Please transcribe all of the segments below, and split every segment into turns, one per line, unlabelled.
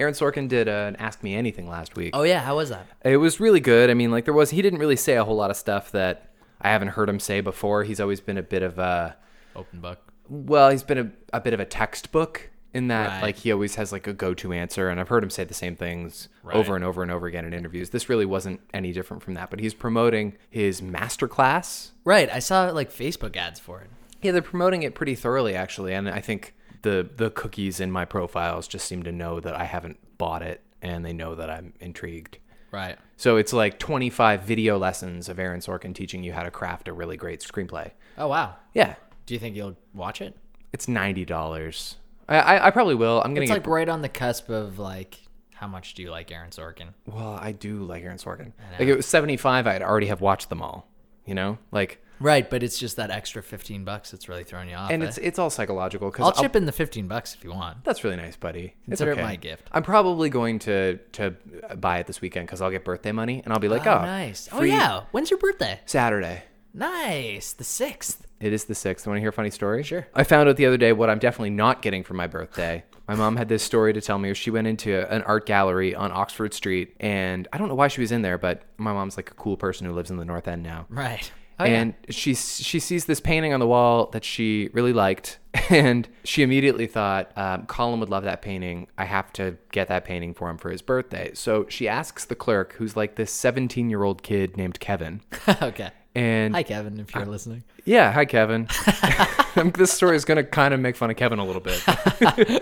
Aaron Sorkin did uh, an Ask Me Anything last week.
Oh yeah, how was that?
It was really good. I mean, like there was he didn't really say a whole lot of stuff that I haven't heard him say before. He's always been a bit of a
Open book.
well, he's been a, a bit of a textbook in that
Right.
like he always has like a go-to answer and I've heard him say the same things over and over and over again in interviews. This really wasn't any different from that, but he's promoting his masterclass.
Right, I saw like Facebook ads for it.
Yeah, they're promoting it pretty thoroughly actually, and I think the the cookies in my profiles just seem to know that I haven't bought it and they know that I'm intrigued.
Right.
So it's like 25 video lessons of Aaron Sorkin teaching you how to craft a really great screenplay.
Oh wow.
Yeah,
Do you think you'll watch it?
it's ninety dollars. I, I I probably will. I'm gonna
It's
get.
like right on the cusp of like how much do you like Aaron Sorkin?
well, I do like Aaron Sorkin. Like it was 75. I'd already have watched them all. You know, like,
Right, but it's just that extra fifteen bucks that's really throwing you off.
and
eh?
it's it's all psychological
I'll
because
chip in the fifteen bucks if you want.
that's really nice, buddy. It's
Consider it
okay.
my gift.
I'm probably going to to buy it this weekend because I'll get birthday money and I'll be like, oh,
nice.
free
Oh yeah. When's your birthday?
Saturday.
Nice. The sixth.
It is the sixth. Want to hear a funny story?
Sure.
I found out the other day what I'm definitely not getting for my birthday. My mom had this story to tell me. She went into an art gallery on Oxford Street, and I don't know why she was in there, but my mom's like a cool person who lives in the North End now.
Right. Oh,
and she she sees this painting on the wall that she really liked, and she immediately thought um, Colin would love that painting. I have to get that painting for him for his birthday. So she asks the clerk, who's like this 17 year old kid named Kevin,
okay.
and
Hi Kevin, if you're listening.
yeah, hi Kevin. Um, this story is going to kind of make fun of Kevin a little bit.
I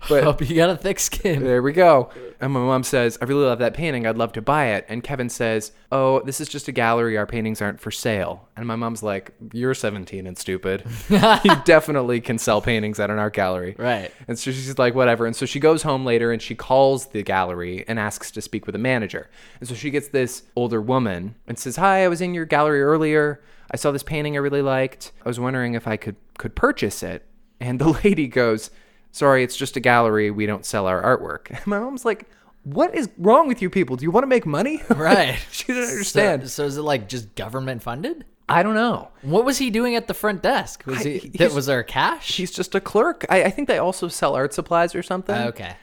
hope you got a thick skin.
there we go. And my mom says, "I really love that painting. I'd love to buy it." And Kevin says, "Oh, this is just a gallery. Our paintings aren't for sale." And my mom's like, "You're 17 and stupid. you definitely can sell paintings at an art gallery."
Right.
And so she's like, whatever. And so she goes home later and she calls the gallery and asks to speak with a manager. And so she gets this older woman and says, Hi, I was in your gallery earlier. I saw this painting I really liked. I was wondering if I could could purchase it. And the lady goes, Sorry, it's just a gallery. We don't sell our artwork. And my mom's like, What is wrong with you people? Do you want to make money?
Right.
she didn't
So-
understand.
So, is it like just government funded?
I don't know.
What was he doing at the front desk? Was
I-
he that
he's-
was there cash?
She's just a clerk. I, I think they also sell art supplies or something.
Okay.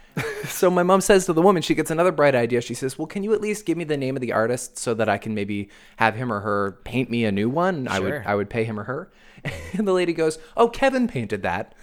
So my mom says to the woman, she gets another bright idea. She says, "Well, can you at least give me the name of the artist so that I can maybe have him or her paint me a new one? I would
Sure.
I would pay him or her." And the lady goes, "Oh, Kevin painted that."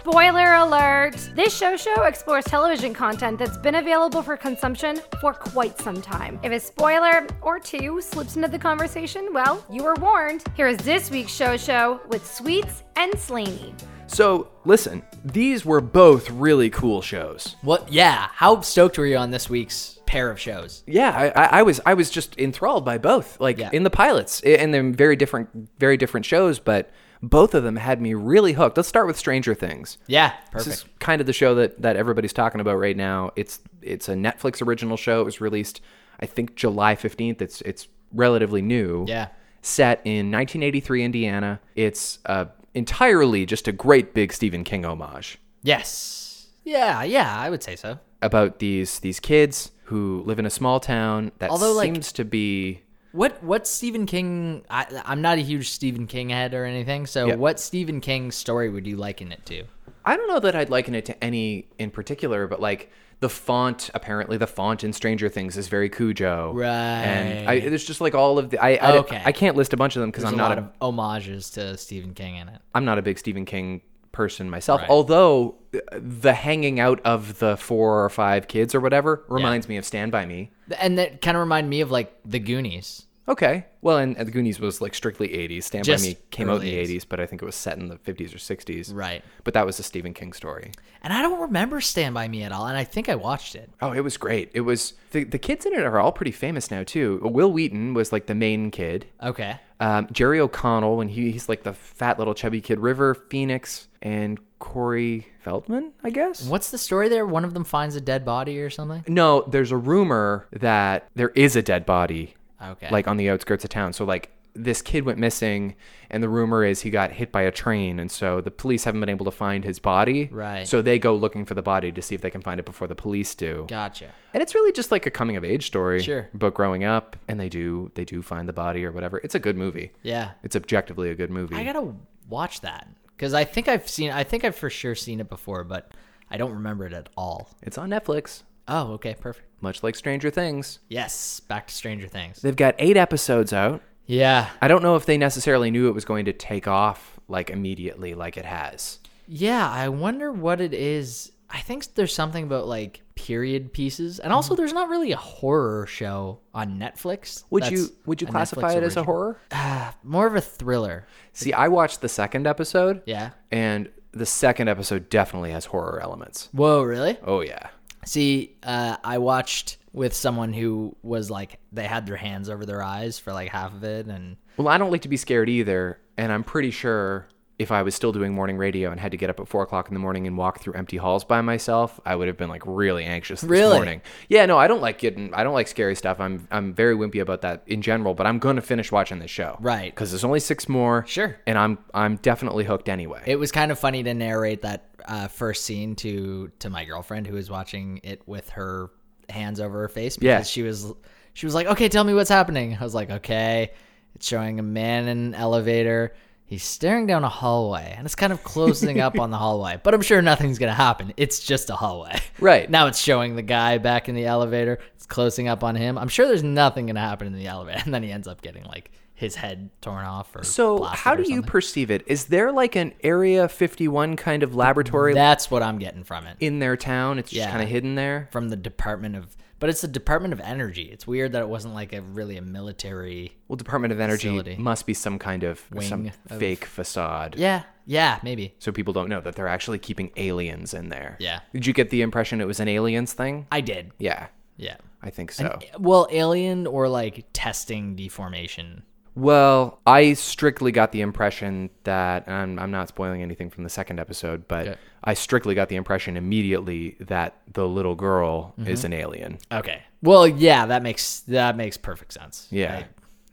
Spoiler alert! This show show explores television content that's been available for consumption for quite some time. If a spoiler or two slips into the conversation, well, you were warned. Here is this week's show show with Sweets and Slaney.
So, listen, these were both really cool shows.
What yeah. How stoked were you on this week's pair of shows?
Yeah, I, I, I was I was just enthralled by both. Like
Yeah.
in the pilots, i- and they're very different very different shows, but both of them had me really hooked. Let's start with Stranger Things.
Yeah.
This
Perfect.
is kind of the show that that everybody's talking about right now. It's it's a Netflix original show. It was released, I think, July fifteenth. It's it's relatively new.
Yeah.
Set in 1983 Indiana. It's uh, entirely just a great big Stephen King homage
Yes. Yeah, yeah, I would say so.
about these these kids who live in a small town that
Although, like-
seems to be
What what Stephen King I I'm not a huge Stephen King head or anything, so
Yeah.
what Stephen King story would you liken it to?
I don't know that I'd liken it to any in particular, but like the font, apparently the font in Stranger Things is very Cujo.
Right.
And I, there's just like all of the I I,
Okay.
I can't list a bunch of them because
There's
I'm
a
not
lot
a,
of homages to Stephen King in it.
am not a big Stephen King person myself. Although uh, the hanging out of the four or five kids or whatever reminds me of Stand by Me.
And that kind of reminded me of like the Goonies.
Okay. Well, and, and the Goonies was like strictly 80s. Stand
Just
by Me came out in
early
the
80s.
80s, but I think it was set in the 50s or 60s.
Right.
But that was a Stephen King story.
And I don't remember Stand By Me at all, and I think I watched it.
Oh, it was great. It was the, the kids in it are all pretty famous now too. Will Wheaton was like the main kid.
Okay.
Um, Jerry O'Connell when he, he's like the fat little chubby kid. River Phoenix and Corey Feldman, I guess.
What's the story there? One of them finds a dead body or something?
No, there's a rumor that there is a dead body,
Okay.
like on the outskirts of town. So like this kid went missing, and the rumor is he got hit by a train, and so the police haven't been able to find his body.
Right.
So they go looking for the body to see if they can find it before the police do.
Gotcha.
and it's really just like a coming of age story
Sure.
but growing up and they do they do find the body or whatever it's a good movie
Yeah.
it's objectively a good movie
I gotta watch that because I think I've seen. I think I've for sure seen it before, but I don't remember it at all.
It's on Netflix,
Oh, okay, perfect.
much like Stranger Things.
Yes, back to Stranger Things.
They've got eight episodes out.
Yeah,
I don't know if they necessarily knew it was going to take off like immediately, like it has.
yeah. I wonder what it is. I think there's something about like period pieces, and
Mm-hmm.
also there's not really a horror show on Netflix.
Would
that's
you would you
a Netflix
classify it as a
original.
horror?
Ah, more of a thriller?
See, I watched the second episode,
Yeah.
and the second episode definitely has horror elements.
Whoa, really?
Oh yeah.
See, uh, I watched with someone who was like they had their hands over their eyes for like half of it, and
Well, I don't like to be scared either, and I'm pretty sure if I was still doing morning radio and had to get up at four o'clock in the morning and walk through empty halls by myself, I would have been like really anxious this
Really?
morning. Yeah, no, I don't like getting, I don't like scary stuff. I'm, I'm very wimpy about that in general. But I'm gonna finish watching this show,
Right.
Because there's only six more,
Sure.
and I'm, I'm definitely hooked anyway.
it was kind of funny to narrate that uh, first scene to to my girlfriend who was watching it with her hands over her face because
Yeah.
she was she was like, "Okay, tell me what's happening." I was like, "Okay, it's showing a man in an elevator." He's staring down a hallway, and it's kind of closing up on the hallway. But I'm sure nothing's gonna happen. It's just a hallway,
Right.
now it's showing the guy back in the elevator. It's closing up on him. I'm sure there's nothing gonna happen in the elevator, and then he ends up getting like his head torn off or
so,
blasted
how
or
do you
something.
perceive it? Is there like an Area 51 kind of laboratory
That's what I'm getting from it.
in their town? It's just
Yeah.
kind of hidden there.
From the Department of, but it's the Department of Energy. It's weird that it wasn't like a really a military.
Well, Department of Energy
Facility.
must be some kind of some
Wing of-
fake facade.
Yeah, yeah, maybe.
So people don't know that they're actually keeping aliens in there.
Yeah.
Did you get the impression it was an aliens thing?
I did.
Yeah,
Yeah.
I think so.
Well, alien or like testing deformation.
well, I strictly got the impression that and I'm I'm not spoiling anything from the second episode, but
Okay.
I strictly got the impression immediately that the little girl
Mm-hmm.
is an alien.
Okay. Well, yeah, that makes that makes perfect sense.
Yeah.
I-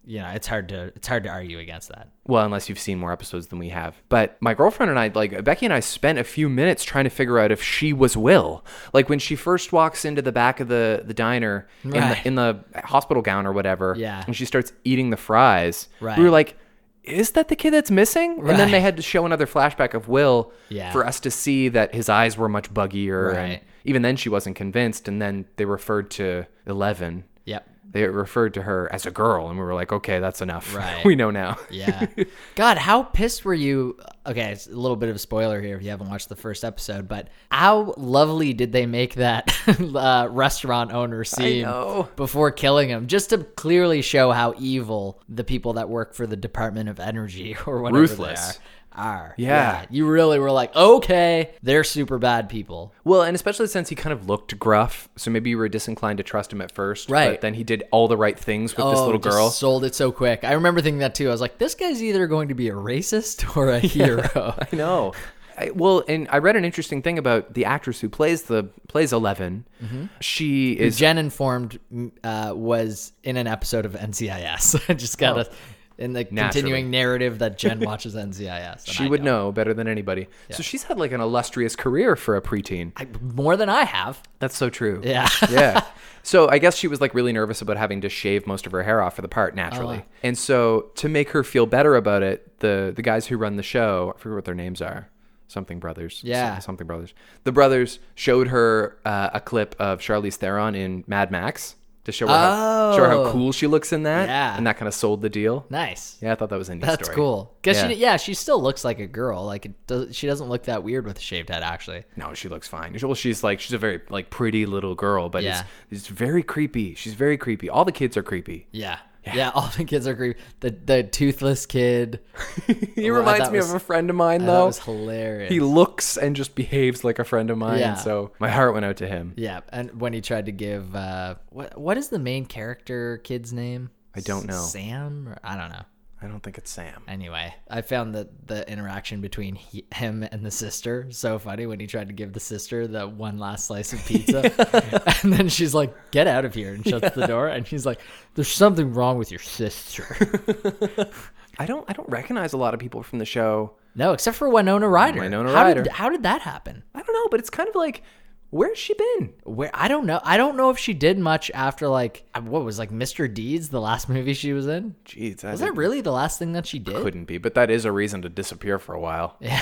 you know, it's hard to it's hard to argue against that.
Well, unless you've seen more episodes than we have. But my girlfriend and I, like Becky and I, spent a few minutes trying to figure out if she was Will. Like when she first walks into the back of the the diner
Right.
in, the, in the hospital gown or whatever,
Yeah.
and she starts eating the fries.
Right.
We were like, "Is that the kid that's missing?" And then
Right.
they had to show another flashback of Will
Yeah.
for us to see that his eyes were much buggier. And
Right.
even then, she wasn't convinced. And then they referred to Eleven.
Yep.
They referred to her as a girl, and we were like, "Okay, that's enough.
Right.
we know now."
Yeah. God, how pissed were you? Okay, it's a little bit of a spoiler here if you haven't watched the first episode, but how lovely did they make that uh, restaurant owner seem
know.
before killing him? Just to clearly show how evil the people that work for the Department of Energy or whatever
Ruthless.
they are. are.
Yeah.
You really were like, okay, they're super bad people.
Well, and especially since he kind of looked gruff, so maybe you were disinclined to trust him at first.
Right.
But then he did all the right things with this
Oh,
little
just
girl.
sold it so quick. I remember thinking that too. I was like, this guy's either going to be a racist or a hero.
I know. I, well, and I read an interesting thing about the actress who plays the plays Eleven. She is
Jen informed m- uh, was in an episode of NCIS. I just got
Oh.
to in the continuing narrative that Jen watches NCIS. and
she
I
would
don't.
know better than anybody. So she's had like an illustrious career for a preteen.
I, more than I have.
That's so true.
Yeah.
yeah. So I guess she was like really nervous about having to shave most of her hair off for the part naturally.
Oh.
And so to make her feel better about it, the the guys who run the show, I forget what their names are. Something brothers.
Yeah.
Some- Something brothers. The brothers showed her uh, a clip of Charlize Theron in Mad Max to show her, how, show her how
Oh.
cool she looks in that.
Yeah.
And that kind of sold the deal.
Nice.
Yeah, I thought that was a neat
That's
story.
cool. Cause
Yeah.
she yeah she still looks like a girl. Like it does, she doesn't look that weird with a shaved head actually.
No, she looks fine. Well, she's like she's a very like pretty little girl, but
Yeah.
it's, it's very creepy. She's very creepy. All the kids are creepy.
Yeah. Yeah, all the kids are creepy. The the toothless kid.
He
Well, I
reminds
thought
me
was-
of a friend of mine,
That
though.
was hilarious.
he looks and just behaves like a friend of mine.
Yeah.
So my heart went out to him.
yeah, and when he tried to give uh what what is the main character kid's name?
I don't know.
Sam or I don't know.
I don't think it's Sam.
Anyway, I found that the interaction between he, him and the sister so funny when he tried to give the sister the one last slice of pizza, and then she's like, "Get out of here!" and shuts the door, and he's like, "There's something wrong with your sister."
I don't. I don't recognize a lot of people from the show.
no, except for Winona Ryder.
Winona
how
Ryder.
Did, how did that happen?
I don't know, but it's kind of like Where's she been?
Where I don't know. I don't know if she did much after like uh, what was like Mr. Deeds, the last movie she was in.
Jeez, I
Was that really the last thing that she did?
couldn't be, but that is a reason to disappear for a while. Yeah.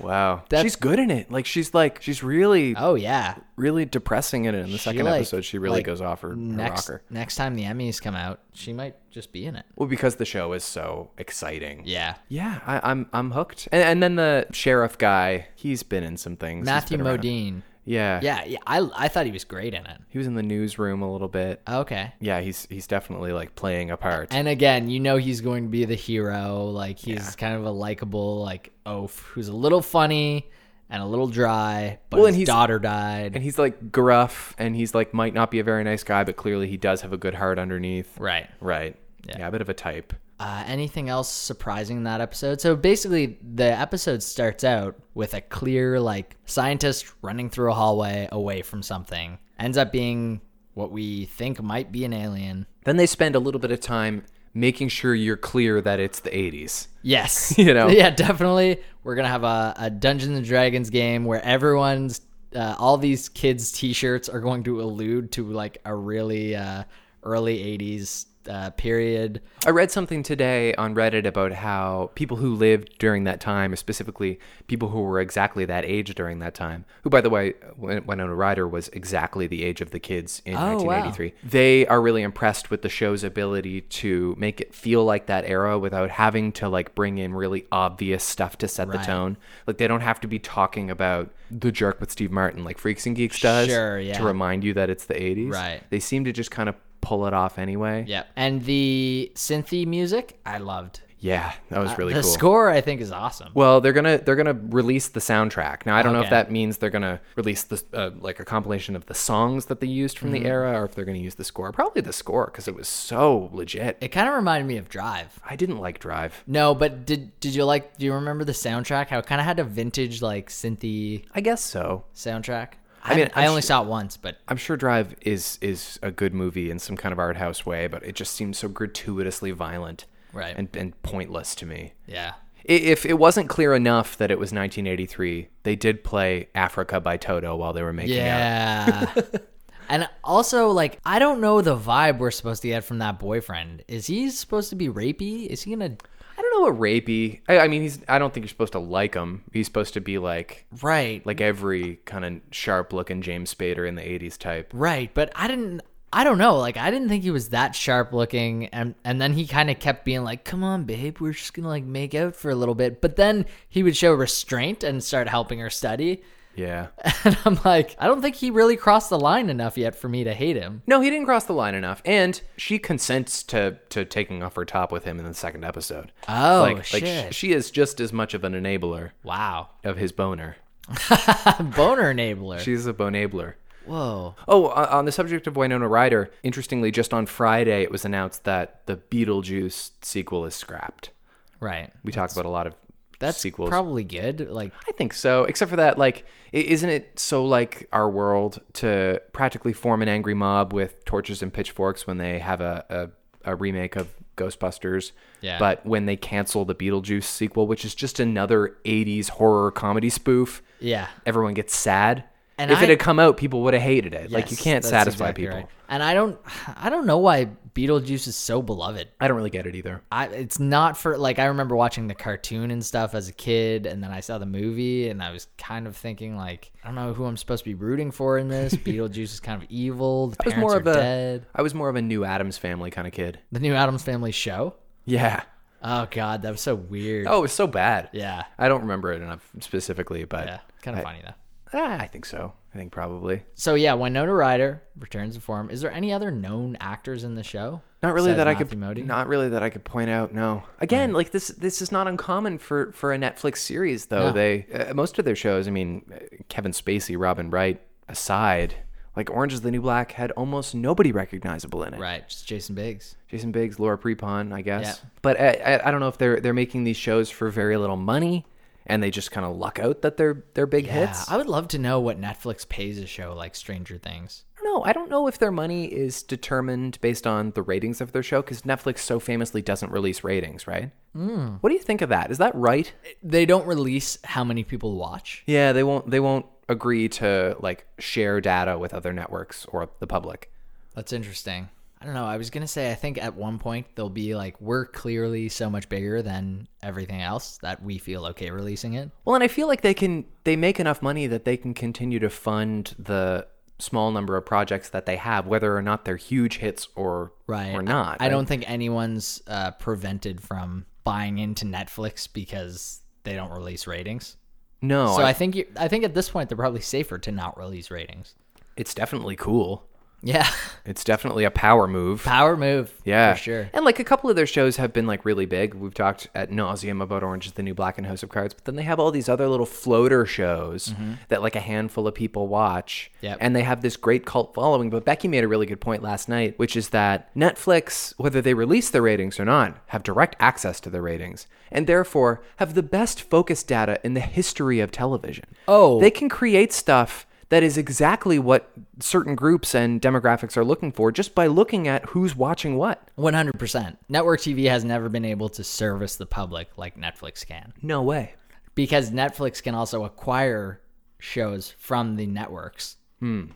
Wow. she's good in it. Like she's like she's really
Oh yeah.
really depressing in it. In the second
like-
episode, she really
like,
goes off her, her
Next
rocker.
next time the Emmys come out, she might just be in it.
Well, because the show is so exciting.
Yeah.
Yeah, I, I'm I'm hooked. And, and then the sheriff guy, he's been in some things. He's
Matthew
been around.
Modine.
Yeah.
Yeah, yeah. I I thought he was great in it.
He was in the newsroom a little bit.
Okay.
Yeah, he's he's definitely like playing a part.
And again, you know he's going to be the hero. Like he's kind of a likable like oaf who's a little funny and a little dry, but
Well, and
his
he's-
daughter died.
And he's like gruff and he's like might not be a very nice guy, but clearly he does have a good heart underneath.
right.
Right. Yeah, a bit of a type.
Uh, anything else surprising in that episode? So basically, the episode starts out with a clear, like, scientist running through a hallway away from something. Ends up being what we think might be an alien.
Then they spend a little bit of time making sure you're clear that it's the 80s.
Yes.
You know.
Yeah, definitely. We're going to have a, a Dungeons and Dragons game where everyone's, uh, all these kids' t shirts are going to allude to, like, a really uh, early 80s uh, period.
I read something today on Reddit about how people who lived during that time, specifically people who were exactly that age during that time, who, by the way, Win- Winona Ryder was exactly the age of the kids in
Oh, wow.
1983, they are really impressed with the show's ability to make it feel like that era without having to like bring in really obvious stuff to set the tone. Like they don't have to be talking about the jerk with Steve Martin, like Freaks and Geeks does,
Sure,
to
yeah.
remind you that it's the 80s.
Right.
They seem to just kind of pull it off anyway.
Yeah. And the synthy music, I loved.
Yeah, that was really
Uh, the
cool.
score I think is awesome.
Well, they're gonna they're gonna release the soundtrack. Now I don't know if
Okay.
that means they're gonna release the uh, like a compilation of the songs that they used from
Mm.
the era, or if they're gonna use the score. Probably the score because it was so legit.
it kind of reminded me of Drive.
I didn't like Drive.
No, but did did you like? Do you remember the soundtrack? How it kind of had a vintage like synthy
I guess so.
soundtrack. I,
mean,
I
I'm
only
su-
saw it once, but
I'm sure Drive is is a good movie in some kind of art house way, but it just seems so gratuitously violent,
Right.
and and pointless to me.
yeah,
I- If it wasn't clear enough that it was 1983, they did play Africa by Toto while they were making out.
yeah. and also, like, I don't know the vibe we're supposed to get from that boyfriend. Is he supposed to be rapey? Is he gonna?
I don't know what rapey. I, I mean, he's. I don't think you're supposed to like him. He's supposed to be like
Right,
like every kind of sharp-looking James Spader in the '80s type.
right. But I didn't. I don't know. Like, I didn't think he was that sharp looking, and and then he kind of kept being like, "Come on, babe, we're just gonna like make out for a little bit." But then he would show restraint and start helping her study.
Yeah.
And I'm like, I don't think he really crossed the line enough yet for me to hate him.
No, he didn't cross the line enough, and she consents to to taking off her top with him in the second episode.
Oh,
like,
shit.
Like sh- she is just as much of an enabler
wow.
of his boner.
Boner enabler.
She's a bonabler.
Whoa.
Oh, on on the subject of Winona Ryder, interestingly, just on Friday it was announced that the Beetlejuice sequel is scrapped.
Right.
We talk about a lot of
That's
sequels.
probably good. Like,
I think so. Except for that, like, i- isn't it so like our world to practically form an angry mob with torches and pitchforks when they have a, a, a remake of Ghostbusters?
Yeah.
But when they cancel the Beetlejuice sequel, which is just another 80s horror comedy spoof,
yeah.
everyone gets sad.
And
if it
I-
had come out, people would have hated it. like, you
Yes,
can't
that's
satisfy
exactly
people.
right. And I don't, I don't know why Beetlejuice is so beloved.
I don't really get it either.
I, it's not for like I remember watching the cartoon and stuff as a kid, and then I saw the movie, and I was kind of thinking like I don't know who I'm supposed to be rooting for in this. Beetlejuice is kind of evil. The
I was
parents
more
are
of a,
dead.
I was more of a new Adams family kind of kid.
The new Adams Family show.
Yeah.
Oh god, that was so weird.
Oh, it was so bad.
Yeah.
I don't remember it enough specifically, but
Yeah. Kind of funny though.
Ah, I think so. I think probably.
So yeah, Winona Ryder returns to form. Is there any other known actors in the show?
Not really
Besides
that I
Matthew
could
Modine?
not really that I could point out. No. Again, like this this is not uncommon for for a Netflix series though. They uh, most of their shows, I mean, uh, Kevin Spacey, Robin Wright aside, like Orange is the New Black had almost nobody recognizable in it.
Right, just Jason Biggs.
Jason Biggs, Laura Prepon, I guess.
Yeah.
But I, I, I don't know if they're they're making these shows for very little money and they just kind of luck out that they're they're big hits.
Yeah, I would love to know what Netflix pays a show like Stranger Things.
don't know. I don't know if their money is determined based on the ratings of their show because Netflix so famously doesn't release ratings, right?
Hmm.
Mm. What do you think of that? Is that right?
They don't release how many people watch.
Yeah, they won't. They won't agree to like share data with other networks or the public.
That's interesting. I don't know. I was going to say, I think at one point they'll be like, we're clearly so much bigger than everything else that we feel okay releasing it.
Well, and I feel like they can they make enough money that they can continue to fund the small number of projects that they have, whether or not they're huge hits or
Right.
or not.
I don't think anyone's uh, prevented from buying into Netflix because they don't release ratings.
know.
so
Oh, I-
I think you, I think at this point they're probably safer to not release ratings.
it's definitely cool.
Yeah,
It's definitely a power move.
power move.
yeah,
for sure.
And like a couple of their shows have been like really big. We've talked at nauseum about Orange is the New Black and House of Cards, but then they have all these other little floater shows that like a handful of people watch.
Mm-hmm. Yep.
And they have this great cult following. But Becky made a really good point last night, which is that Netflix, whether they release their ratings or not, have direct access to their ratings and therefore have the best focus data in the history of television.
Oh.
They can create stuff that is exactly what certain groups and demographics are looking for just by looking at who's watching what.
One hundred percent. Network TV has never been able to service the public like Netflix can,
No way.
because Netflix can also acquire shows from the networks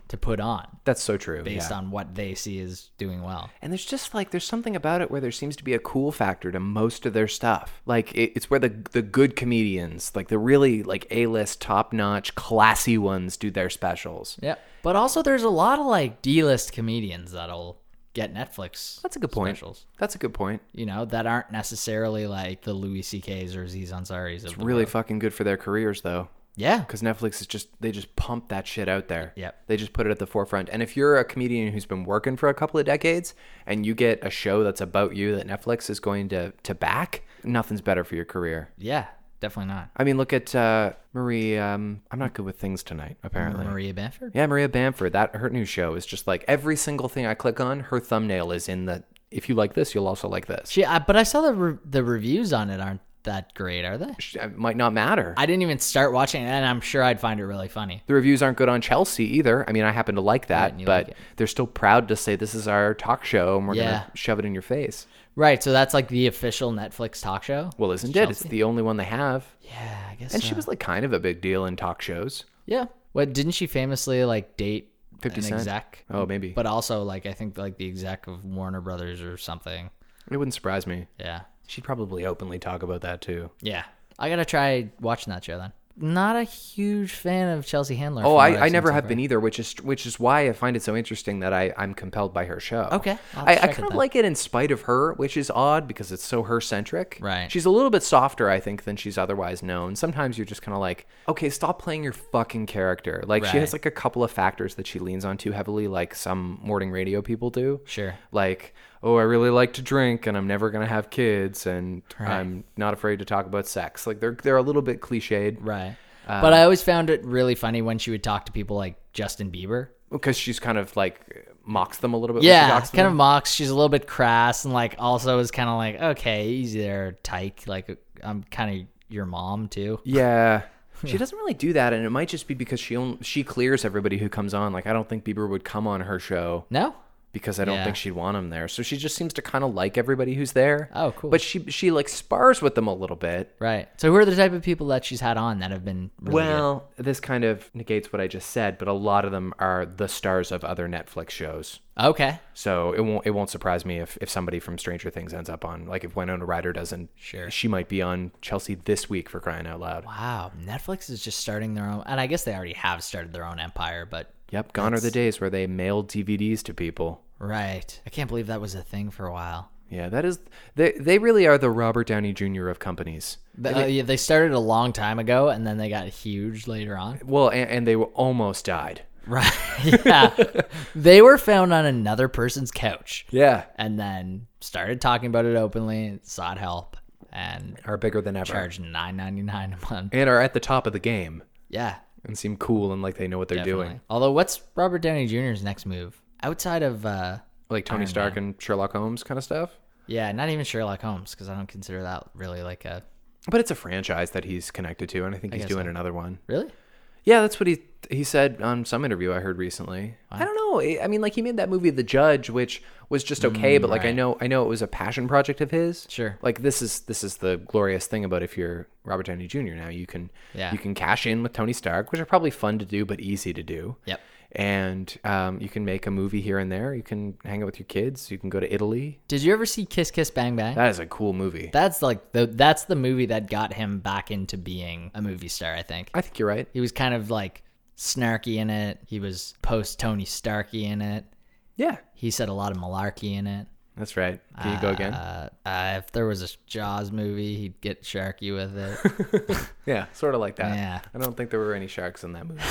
to put on
That's so true.
based
Hmm. yeah.
on what they see is doing well.
and there's just like there's something about it where there seems to be a cool factor to most of their stuff. Like it, it's where the the good comedians, like the really like A-list, top-notch, classy ones do their specials.
Yeah, but also there's a lot of like D-list comedians that'll get Netflix.
That's a good point.
Specials.
That's a good point.
you know, that aren't necessarily like the Louis C.K.'s or Aziz Ansari's. Of the
Really
world.
fucking good for their careers though.
yeah.
because Netflix is just they just pump that shit out there.
Yep.
They just put it at the forefront. And if you're a comedian who's been working for a couple of decades and you get a show that's about you that Netflix is going to to back, nothing's better for your career.
Yeah, definitely not.
I mean, look at uh, Marie. Um, I'm not good with things tonight, apparently.
Maria Bamford.
Yeah, Maria Bamford. That her new show is just like every single thing I click on, her thumbnail is in the. If you like this, you'll also like this.
She, I, but I saw the re- the reviews on it aren't that great, are they?
Sh- It uh, might not matter.
I didn't even start watching, it, and I'm sure I'd find it really funny.
The reviews aren't good on Chelsea either. I mean, I happen to like that,
and you
but
like it.
they're still proud to say this is our talk show and we're
Yeah.
going to shove it in your face.
Right, so that's like the official Netflix talk show.
Well, isn't it? It's the only one they have.
yeah, I guess.
And
so.
she was like kind of a big deal in talk shows.
yeah. What didn't she famously like date
50
an
Cent?
exec?
Oh, maybe.
But also like I think like the exec of Warner Brothers or something.
It wouldn't surprise me.
Yeah.
She'd probably openly talk about that too.
Yeah. I gotta try watching that show then. Not a huge fan of Chelsea Handler.
Oh, I, I never have been either, which is which is why I find it so interesting that I, I'm compelled by her show.
Okay, I'll
I, I
check it
kind of
then.
like it in spite of her, which is odd because it's so her centric.
Right.
She's a little bit softer, I think, than she's otherwise known. Sometimes you're just kind of like, okay, stop playing your fucking character. Like she has
Right.
like a couple of factors that she leans on too heavily, like some morning radio people do.
Sure.
Like, oh, I really like to drink, and I'm never gonna have kids, and I'm not afraid to talk about sex. Like they're they're a little bit cliched
Right.
Uh,
but I always found it really funny when she would talk to people like Justin Bieber.
because she's kind of like mocks them a little bit. when Oh, she
Yeah,
talks to
kind of
them.
mocks. She's a little bit crass and like also is kind of like, okay, easy there, tyke. Like I'm kind of your mom too.
Yeah. She doesn't really do that, and it might just be because she only, she clears everybody who comes on. Like I don't think Bieber would come on her show
No,
because I don't
Yeah.
think she'd want him there. So she just seems to kind of like everybody who's there.
Oh, cool.
But she she like spars with them a little bit.
right. So who are the type of people that she's had on that have been really good?
Well, this kind of negates what I just said, but a lot of them are the stars of other Netflix shows.
Okay,
So it won't it won't surprise me if, if somebody from Stranger Things ends up on like if Winona Ryder doesn't.
Sure.
She might be on Chelsea this week for crying out loud.
wow. Netflix is just starting their own, and I guess they already have started their own empire, but.
Yep, gone are the days where they mailed DVDs to people.
Right. I can't believe that was a thing for a while.
Yeah, that is they they really are the Robert Downey Jr. of companies.
Th- uh, yeah, they started a long time ago, and then they got huge later on.
Well, and, and they were almost died.
Right. yeah. they were found on another person's couch
Yeah.
and then started talking about it openly, sought help, and
Are bigger than ever.
charged nine ninety nine a month.
And are at the top of the game
Yeah.
and seem cool and like they know what they're
Definitely.
doing.
Although what's Robert Downey Jr.'s next move? Outside of uh
Like Tony Stark and Sherlock Holmes kind of stuff.
yeah, not even Sherlock Holmes, because I don't consider that really like a
But it's a franchise that he's connected to and I think he's
guess
doing another one.
really?
Yeah, that's what he he said on some interview I heard recently. I don't know. I I mean, like he made that movie The Judge, which was just okay, but like I know I know it was a passion project of his.
Mm, Sure.
Like this is this is the glorious thing about if you're Robert Downey Jr. Now you can
Yeah.
you can cash in with Tony Stark, which are probably fun to do but easy to do.
Yep.
And um, you can make a movie here and there. You can hang out with your kids. You can go to Italy.
Did you ever see Kiss Kiss Bang Bang?
That is a cool movie.
that's like the that's the movie that got him back into being a movie star. I think
I think you're right.
he was kind of like snarky in it. He was post Tony Starky in it.
Yeah,
He said a lot of malarkey in it.
that's right. Can you go again?
Uh, uh, if there was a Jaws movie, he'd get sharky with it.
Yeah, sort of like that.
Yeah.
I don't think there were any sharks in that movie.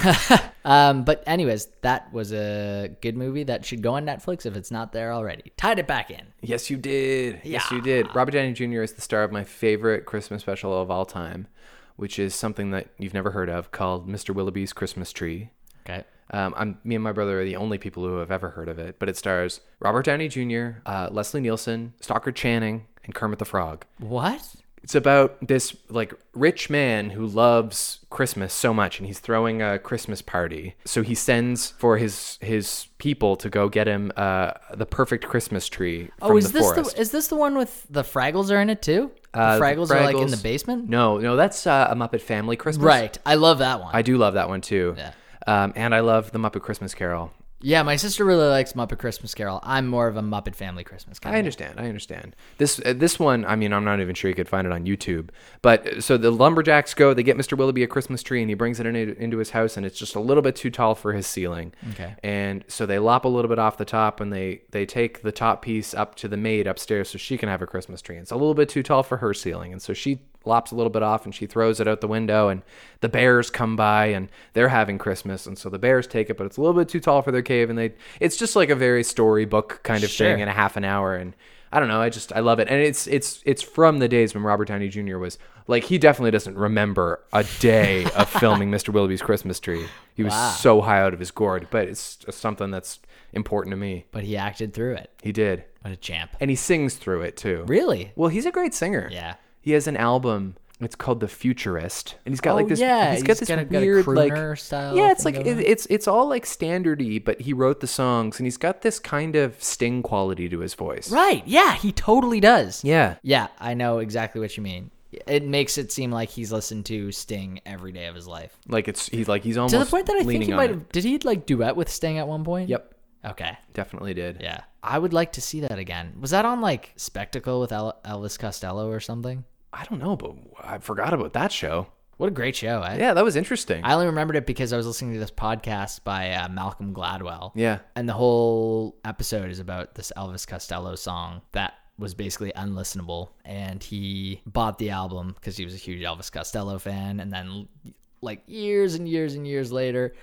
um, but anyways, that was a good movie that should go on Netflix if it's not there already. Tied it back in.
yes, you did. Yes,
Yeah.
you did. Robert Downey Jr. is the star of my favorite Christmas special of all time, which is something that you've never heard of called Mr. Willoughby's Christmas Tree.
Okay.
Um, I'm me and my brother are the only people who have ever heard of it, but it stars Robert Downey Jr., uh, Leslie Nielsen, Stalker Channing, and Kermit the Frog.
What?
It's about this like rich man who loves Christmas so much and he's throwing a Christmas party. So he sends for his his people to go get him uh the perfect Christmas tree from
Oh, is
the
this
forest.
the is this the one with the Fraggles are in it too? The
Uh,
Fraggles, are like in the
Fraggles-
basement.
No, no, that's uh, a Muppet Family Christmas.
Right. I love that one.
I do love that one too.
Yeah.
Um, and I love the Muppet Christmas Carol.
yeah, my sister really likes Muppet Christmas Carol. I'm more of a Muppet Family Christmas Carol.
I understand. I understand. This uh, this one, I mean, I'm not even sure you could find it on YouTube. But uh, so the lumberjacks go, they get Mr. Willoughby a Christmas tree, and he brings it in, into his house, and it's just a little bit too tall for his ceiling.
Okay.
And so they lop a little bit off the top, and they they take the top piece up to the maid upstairs so she can have a Christmas tree. And it's a little bit too tall for her ceiling, and so she lops a little bit off and she throws it out the window and the bears come by and they're having christmas and so the bears take it but it's a little bit too tall for their cave and they it's just like a very storybook kind of
Sure.
thing in a half an hour and I don't know, I just I love it. And it's it's it's from the days when Robert Downey Jr. was like he definitely doesn't remember a day of filming Mr. Willoughby's Christmas tree. He was so high out of his gourd, but it's just something that's important to me.
But he acted through it.
He did.
What a champ.
And he sings through it too.
Really?
Well, he's a great singer.
Yeah.
He has an album. It's called The Futurist, and he's got
Oh,
like this.
yeah,
he's got
he's
this
got a- got a
weird
crooner
like
style
Yeah, it's
thing
like
going
it, it's it's all like standardy, but he wrote the songs, and he's got this kind of sting quality to his voice.
Right. Yeah, he totally does.
Yeah.
Yeah, I know exactly what you mean. It makes it seem like he's listened to Sting every day of his life.
Like it's he's like he's almost
To the point that I think
leaning
he
on
might
it.
have did he like duet with Sting at one point?
Yep,
Okay.
definitely did.
Yeah. I would like to see that again. Was that on like Spectacle with El- Elvis Costello or something?
I don't know, but I forgot about that show.
What a great show, eh?
Yeah, that was interesting.
I only remembered it because I was listening to this podcast by uh, Malcolm Gladwell.
yeah.
And the whole episode is about this Elvis Costello song that was basically unlistenable. And he bought the album because he was a huge Elvis Costello fan. And then, like, years and years and years later,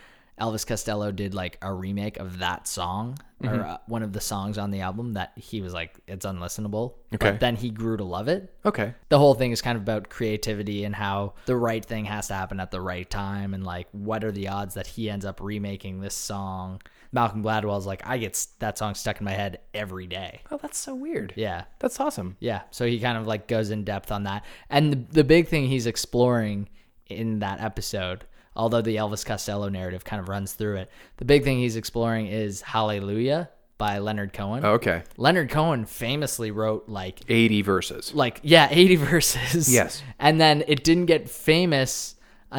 Elvis Costello did like a remake of that song or uh, one of the songs on the album that he was like, it's unlistenable.
Okay.
But then he grew to love it
Okay.
the whole thing is kind of about creativity and how the right thing has to happen at the right time and like what are the odds that he ends up remaking this song malcolm gladwell's like i get s- that song stuck in my head every day
Oh, that's so weird.
yeah
That's awesome.
yeah so he kind of like goes in depth on that and the, the big thing he's exploring in that episode although the elvis costello narrative kind of runs through it the big thing he's exploring is hallelujah by leonard cohen
Okay.
leonard cohen famously wrote like
80 verses.
like yeah 80 verses
Yes.
and then it didn't get famous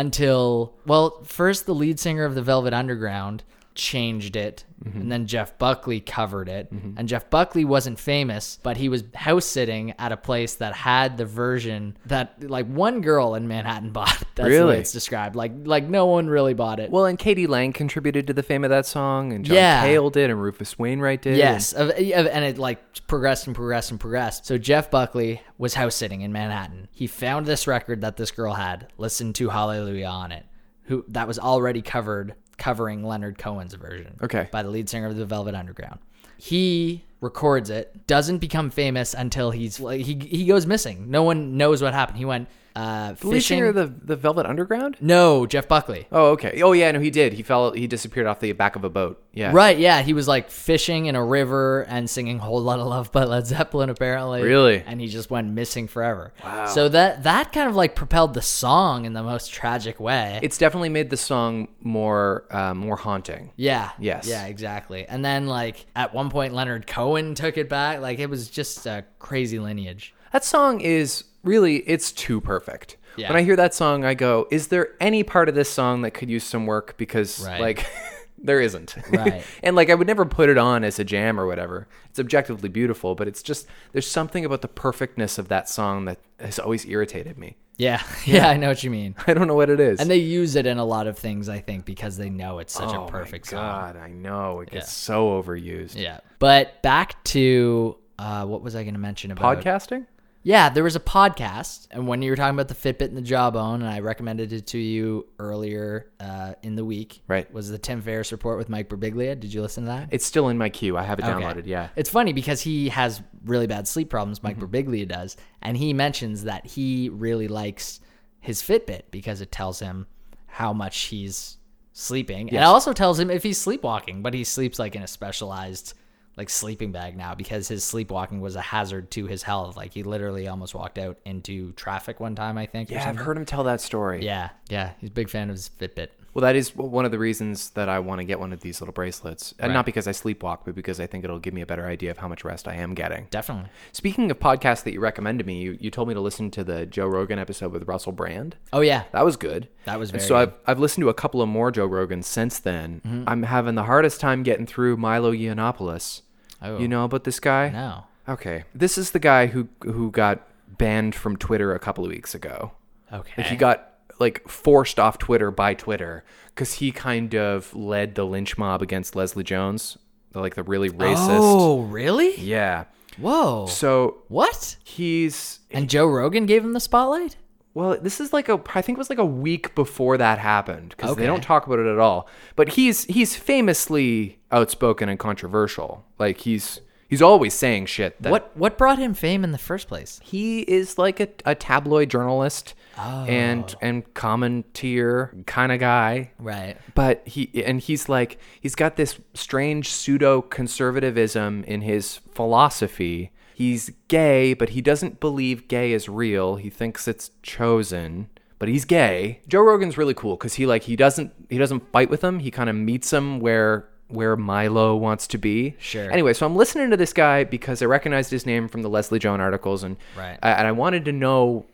until well first the lead singer of the velvet underground changed it
Mm-hmm.
and then jeff buckley covered it and jeff buckley wasn't famous but he was house sitting at a place that had the version that like one girl in manhattan bought that's the way
Really?
it's described like like no one really bought it
Well, and Katie Lang contributed to the fame of that song, and John
Yeah.
Cale did, and Rufus Wainwright did.
Yes, of, of- and it like progressed and progressed and progressed. So Jeff Buckley was house sitting in Manhattan. He found this record that this girl had, listened to Hallelujah on it, who that was already covered, covering Leonard Cohen's version.
Okay.
by the lead singer of the Velvet Underground. He records it, doesn't become famous until he's like he he goes missing. No one knows what happened. He went Uh,
The lead singer of
fishing.
the, the Velvet Underground?
No, Jeff Buckley.
Oh, okay. Oh, yeah, no, he did. He fell, he disappeared off the back of a boat. Yeah.
Right, yeah, he was like fishing in a river and singing "Whole Lot of Love" by Led Zeppelin, apparently.
Really?
and he just went missing forever. Wow. So that that kind of like propelled the song in the most tragic way.
It's definitely made the song more, uh, more haunting.
yeah.
Yes.
Yeah, exactly. And then like at one point, Leonard Cohen took it back. Like it was just a crazy lineage.
That song is really it's too perfect.
Yeah.
When I hear that song, I go, "Is there any part of this song that could use some work?" Because
Right.
like, there isn't.
Right.
and like, I would never put it on as a jam or whatever. It's objectively beautiful, but it's just there's something about the perfectness of that song that has always irritated me.
Yeah, yeah, I know what you mean.
I don't know what it is.
And they use it in a lot of things, I think, because they know it's such
oh
a
my
perfect song.
God, I know it gets so overused.
Yeah. But back to uh, what was I going to mention about
Podcasting.
Yeah, there was a podcast, and when you were talking about the Fitbit and the Jawbone, and I recommended it to you earlier uh, in the week.
Right.
Was the Tim Ferriss report with Mike Birbiglia? Did you listen to that?
It's still in my queue. I have it
Okay.
downloaded. Yeah. Mm-hmm.
It's funny because he has really bad sleep problems, Mike Birbiglia does, and he mentions that he really likes his Fitbit because it tells him how much he's sleeping. And it also tells him if he's sleepwalking, but he sleeps like in a specialized like sleeping bag now because his sleepwalking was a hazard to his health. Like he literally almost walked out into traffic one time, I think. or
Yeah, I've
something.
heard him tell that story.
Yeah, yeah. He's a big fan of his Fitbit.
Well, that is w- one of the reasons that I want to get one of these little bracelets. And not because I sleepwalk, but because I think it'll give me a better idea of how much rest I am getting.
Definitely.
Speaking of podcasts that you recommended me, you, you told me to listen to the Joe Rogan episode with Russell Brand.
Oh yeah.
That was good.
That was
And
very
so
good. Mm-hmm.
I've, I've listened to a couple of more Joe Rogans since then. I'm having the hardest time getting through Milo Yiannopoulos.
Oh.
You know about this guy?
No.
Okay. This is the guy who who got banned from Twitter a couple of weeks ago.
Okay.
Like he got like forced off Twitter by Twitter because he kind of led the lynch mob against Leslie Jones, the- like the really racist.
Oh, really?
Yeah.
Whoa.
So
What?
he's
And Joe Rogan gave him the spotlight?
well, this is like a I think it was like a week before that happened because
Okay.
they don't talk about it at all. But he's he's famously outspoken and controversial. Like he's he's always saying shit that
What what brought him fame in the first place?
he is like a, a tabloid journalist
Oh.
and and commenteer kind of guy.
Right.
but he and he's like he's got this strange pseudo conservatism in his philosophy he's gay but he doesn't believe gay is real he thinks it's chosen but he's gay joe rogan's really cool because he like he doesn't he doesn't fight with him he kind of meets him where where milo wants to be
Sure.
anyway so i'm listening to this guy because i recognized his name from the leslie joan articles and
Right.
I- and I wanted to know,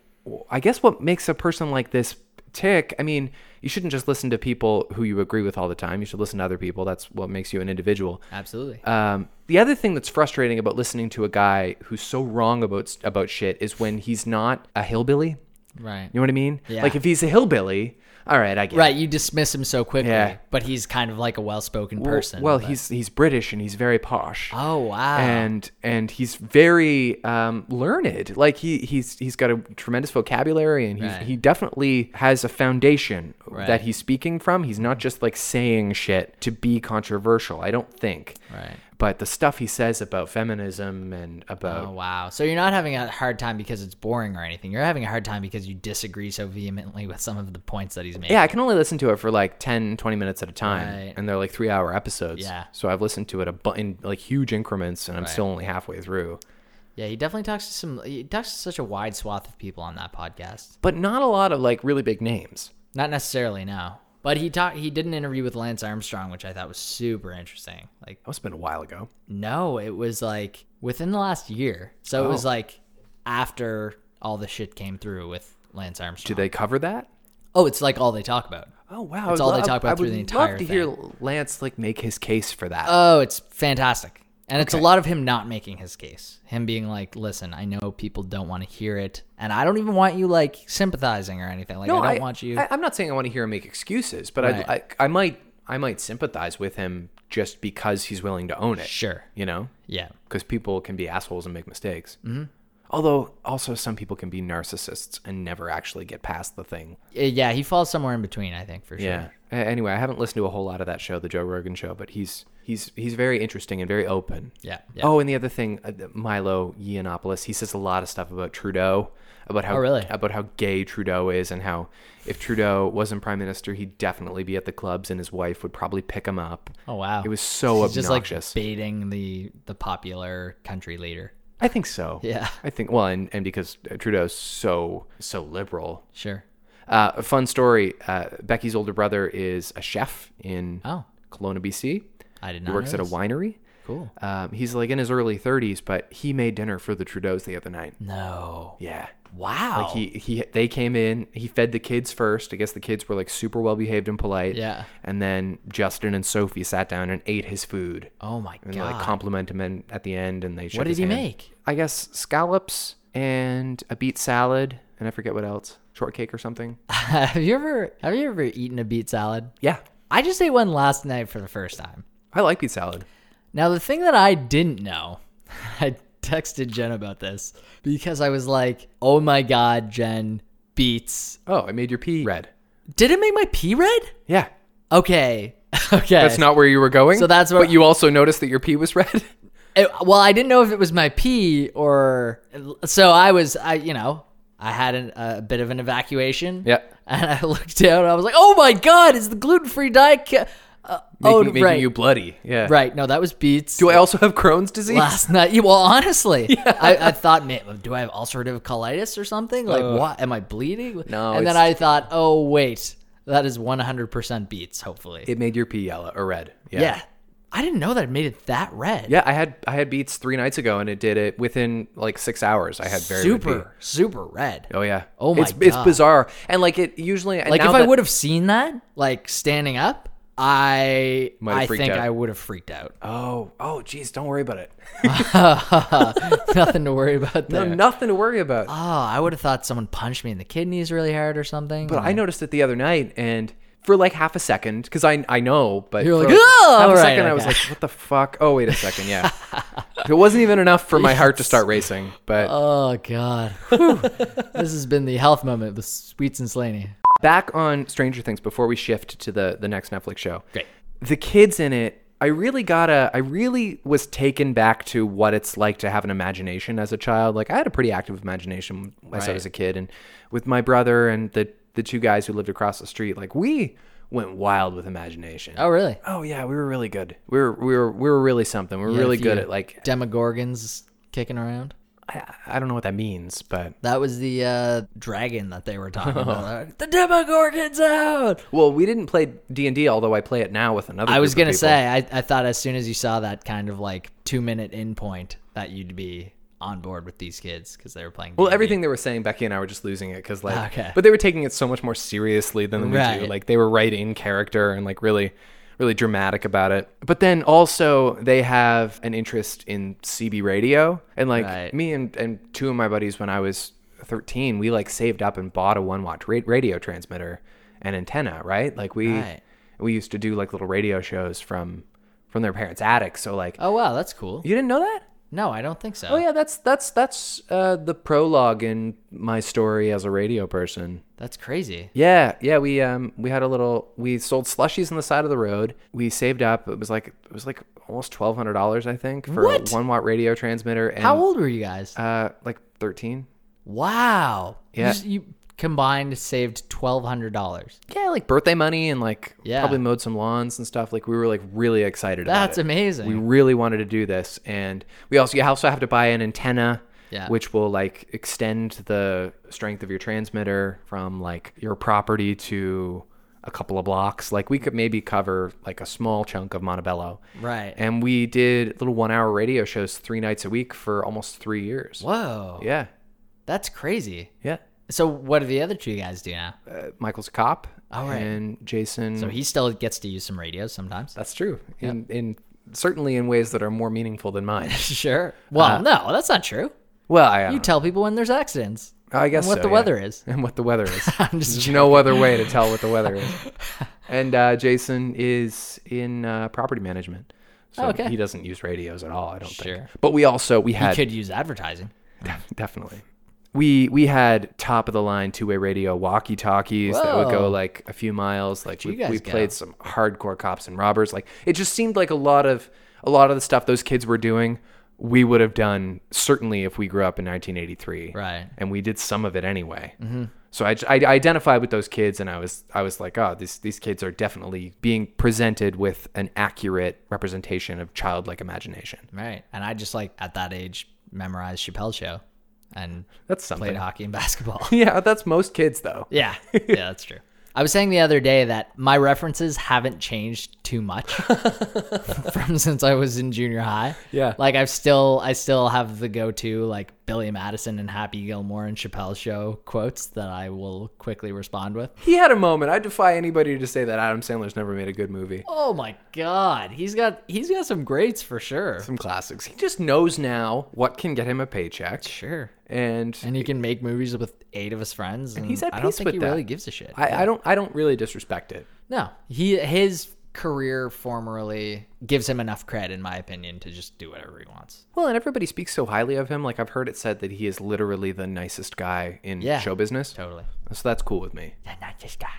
I guess, what makes a person like this tick. I mean, you shouldn't just listen to people who you agree with all the time. You should listen to other people. That's what makes you an individual.
Absolutely.
Um, the other thing that's frustrating about listening to a guy who's so wrong about about shit is when he's not a hillbilly.
right.
You know what I mean?
Yeah.
Like if he's a hillbilly, all right, I get it.
right, you dismiss him so quickly,
Yeah.
but he's kind of like a well-spoken
Well-
person.
Well,
but-
he's he's British and he's very posh.
Oh, wow.
And and he's very um, learned. Like he he's he's got a tremendous vocabulary and he
Right.
he definitely has a foundation
Right.
that he's speaking from. He's not just like saying shit to be controversial. I don't think.
Right.
But the stuff he says about feminism and about
Oh wow. So you're not having a hard time because it's boring or anything. You're having a hard time because you disagree so vehemently with some of the points that he's making.
yeah, I can only listen to it for like 10, 20 minutes at a time.
Right.
And they're like three hour episodes.
Yeah.
So I've listened to it a bu- in like huge increments and I'm still only halfway through.
Yeah, he definitely talks to some he talks to such a wide swath of people on that podcast.
but not a lot of like really big names.
Not necessarily no. But he talked he did an interview with Lance Armstrong, which I thought was super interesting. Like
That was been a while ago.
No, it was like within the last year. So it
Oh.
was like after all the shit came through with Lance
Do
Armstrong.
they cover that?
oh, it's like all they talk about.
Oh wow,
That's
I'd
all they
love-
talk about
I
through
would
the
love
entire
to hear Lance like make his case for that.
Oh, it's fantastic. And it's a lot of him not making his case. Him being like, "Listen, I know people don't want to hear it, and I don't even want you like sympathizing or anything. Like I don't want you."
I, am not saying I want to hear him make excuses, but
Right.
I, I I might I might sympathize with him just because he's willing to own it.
sure.
You know,
Yeah.
because people can be assholes and make mistakes. Mm-hmm. Although also some people can be narcissists and never actually get past the thing.
Uh, Yeah, he falls somewhere in between, I think, for sure.
Yeah. A- Anyway, I haven't listened to a whole lot of that show, the Joe Rogan show, but he's he's he's very interesting and very open.
Yeah, yeah.
Oh, and the other thing, uh, Milo Yiannopoulos, he says a lot of stuff about Trudeau, about how
Oh, really?
about how gay Trudeau is and how if Trudeau wasn't prime minister, he'd definitely be at the clubs and his wife would probably pick him up.
Oh wow.
It was so
He's
obnoxious.
Just like baiting the the popular country leader.
I think so.
Yeah.
I think well, and, and because uh, Trudeau's so so liberal.
Sure.
Uh, a fun story. Uh, Becky's older brother is a chef in
Oh.
Kelowna, BC.
I did not.
He works
know
at a
this.
winery.
Cool.
Um, he's like in his early 30s, but he made dinner for the Trudeaus the other night.
No.
Yeah.
Wow.
He he they came in. He fed the kids first. I guess the kids were like super well behaved and polite.
Yeah.
And then Justin and Sophie sat down and ate his food
oh my
and
god.
like compliment him and at the end. And they shook
what did
his
he
hand.
make?
I guess scallops and a beet salad and I forget what else, shortcake or something.
have you ever have you ever eaten a beet salad?
Yeah,
I just ate one last night for the first time.
I like beet salad.
Now, the thing that I didn't know, I texted Jen about this because I was like, oh my God, Jen, beets.
Oh, I made your pea red.
Did it make my pee red?
Yeah,
Okay. Okay.
that's not where you were going.
So that's where-
But you also noticed that your pea was red.
It- well, I didn't know if it was my pee or. So I was, I you know, I had an, a bit of an evacuation.
Yeah.
And I looked down and I was like, oh my God, is the gluten free diet. Ca- uh, oh,
making, making
right.
you bloody. Yeah.
right. No, that was beets.
Do I also have Crohn's disease?
last night. Yeah, Well, honestly, I, I thought, man, do I have ulcerative colitis or something? Like, what? Am I bleeding?
No,
And then
it's-
I thought, oh wait, that is 100% beets. Hopefully,
It made your pea yellow or red.
yeah. I didn't know that it made it that red.
Yeah, I had I had beets three nights ago, and it did it within like six hours. I had very good
super, super red.
pea. Oh yeah.
Oh, my
it's, It's
God.
bizarre, and like it usually. and
Like
now
if I
that-
would have seen that, like standing up, I,
Might have
I
freaked
think
out.
I would have freaked out.
Oh oh, geez, don't worry about it.
Nothing to worry about
No,
there.
nothing to worry about.
Oh, I would have thought someone punched me in the kidneys really hard or something.
But I noticed it the other night, and for like half a second, because I I know, but
You're
for
like, "Oh,
half a
all right,
second, I was
okay."
like, what the fuck? Oh wait a second, yeah. it wasn't even enough for my heart to start racing, but
Oh God, Whew. this has been the health moment with Sweets and Slaney.
back on Stranger Things before we shift to the the next Netflix show.
Great.
The kids in it, I really gotta I really was taken back to what it's like to have an imagination as a child. Like I had a pretty active imagination as I was a kid and with my brother and the the two guys who lived across the street, like we went wild with imagination.
Oh really?
Oh yeah, we were really good. We were we were we were really something. We were really
If
good
you-
at like
Demogorgons kicking around.
I, I don't know what that means, but
That was the uh, dragon that they were talking about. They're like, The Demogorgon's out.
well, we didn't play D and D, although I play it now with another.
I was
group
gonna
of people.
say, I, I thought as soon as you saw that kind of like two minute in point that you'd be on board with these kids because they were playing.
Well,
D&D.
everything they were saying, Becky and I were just losing it because, like,
Okay.
but they were taking it so much more seriously than we do.
Right.
Like, they were right in character and like really, really dramatic about it. But then also they have an interest in CB radio, and like
Right.
me and and two of my buddies when I was thirteen, we like saved up and bought a one watt ra- radio transmitter and antenna. Right? Like we
Right.
we used to do like little radio shows from from their parents' attic. So like,
Oh wow, that's cool.
you didn't know that?
No, I don't think so.
Oh yeah, that's that's that's uh, the prologue in my story as a radio person.
That's crazy.
Yeah, yeah, we um we had a little we sold slushies on the side of the road. We saved up. It was like it was like almost twelve hundred dollars, I think, for
What?
a one watt radio transmitter. And,
How old were you guys?
Uh, like thirteen.
wow. You
Yeah.
s- you combined saved twelve hundred dollars.
Yeah, like birthday money and like
Yeah.
probably mowed some lawns and stuff. Like we were like really excited about
That's
it.
amazing.
We really wanted to do this, and we also you also have to buy an antenna,
Yeah.
which will like extend the strength of your transmitter from like your property to a couple of blocks. Like we could maybe cover like a small chunk of Montebello,
Right.
and we did little one-hour radio shows three nights a week for almost three years.
Whoa.
Yeah,
That's crazy.
yeah.
So what do the other two guys do now?
Uh, Michael's a cop,
All right.
and Jason.
So he still gets to use some radios sometimes.
That's true. In in certainly in ways that are more meaningful than mine.
sure. Well,
Uh,
no, that's not true.
Well, I,
You tell people when theell accidents.
I guess
and what
so,
the
yeah.
weather is.
and what the weather is.
I'm just
There's no other way to tell what the weather is. And uh, Jason is in uh, property management, so
Oh, okay.
he doesn't use radios at all. I don't
Sure.
think. But we also we
You
had
could use advertising.
def- definitely. We we had top of the line two way radio walkie talkies that would go
Whoa.
like a few miles. Like we,
you guys
we
go.
played some hardcore cops and robbers. Like it just seemed like a lot of a lot of the stuff those kids were doing we would have done certainly if we grew up in 1983.
Right. Mm-hmm.
And we did some of it anyway. So I, I identified with those kids, and I was I was like, oh, these these kids are definitely being presented with an accurate representation of childlike imagination.
Right. And I just like at that age memorized Chappelle show and
That's
played
something.
hockey and basketball.
Yeah, that's most kids though.
yeah. Yeah, that's true. I was saying the other day that my references haven't changed too much from since I was in junior high.
Yeah.
Like I've still I still have the go to like Billy Madison and Happy Gilmore and Chappelle show quotes that I will quickly respond with.
He had a moment. I defy anybody to say that Adam Sandler's never made a good movie.
Oh my god. He's got he's got some greats for sure.
Some classics. He just knows now what can get him a paycheck,
Sure.
and
And he can make movies with eight of his friends. And,
he's at
I don't
peace
think
with
he
that.
really gives a shit.
I, I don't I don't really disrespect it.
No, he his career formerly gives him enough cred, in my opinion, to just do whatever he wants.
Well, and everybody speaks so highly of him. Like I've heard it said that he is literally the nicest guy in
Yeah.
show business.
Totally.
So that's cool with me.
The nicest guy.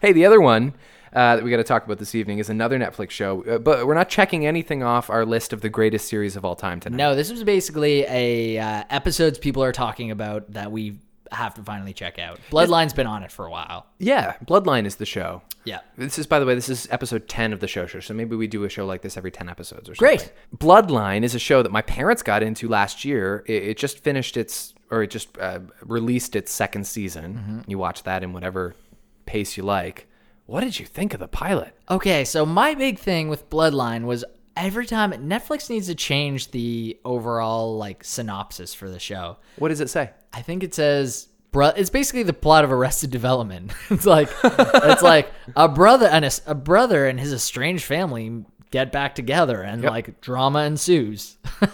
Hey, the other one uh, that we got to talk about this evening is another Netflix show, uh, but we're not checking anything off our list of the greatest series of all time tonight.
No, this was basically a uh, episodes people are talking about that we have to finally check out. Bloodline's been on it for a while.
Yeah, Bloodline is the show.
Yeah.
This is, by the way, this is episode 10 of the show show. So maybe we do a show like this every 10 episodes or something.
Great.
Bloodline is a show that my parents got into last year. It, it just finished its, or it just uh, released its second season.
Mm-hmm.
You watch that in whatever pace you like. What did you think of the pilot?
Okay, so my big thing with Bloodline was every time Netflix needs to change the overall like synopsis for the show.
What does it say?
I think it says bro. It's basically the plot of Arrested Development. it's like it's like a brother and a, s- a brother and his estranged family get back together, and like drama ensues.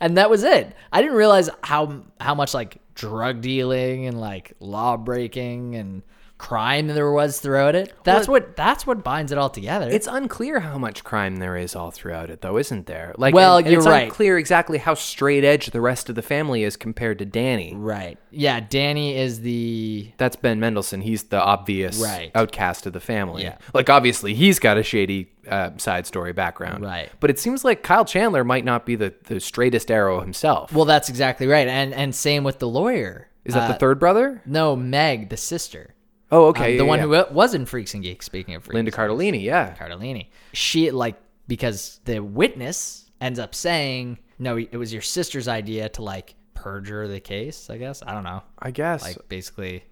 and that was it. I didn't realize how how much like drug dealing and like law breaking and crime there was throughout it. That's what that's what binds it all together.
It's unclear how much crime there is all throughout it, though, isn't there? Like,
Well,
and- and
you're
it's
right.
unclear exactly how straight edge the rest of the family is compared to Danny.
right. Yeah, Danny is the
That's Ben Mendelsohn. He's the obvious
Right.
outcast of the family.
Yeah.
Like, obviously, he's got a shady uh, side story background.
Right.
But it seems like Kyle Chandler might not be the, the straightest arrow himself.
well. That's exactly right. And and same with the lawyer.
is that
Uh,
the third brother?
No, Meg, the sister.
Oh,
Um,
okay.
the
yeah,
one
yeah.
who wa- was in Freaks and Geeks. Speaking of Freaks,
Linda Cardellini, yeah.
Cardellini. She like because the witness ends up saying, "No, it was your sister's idea to like perjure the case." I guess I don't know.
I guess.
Like basically,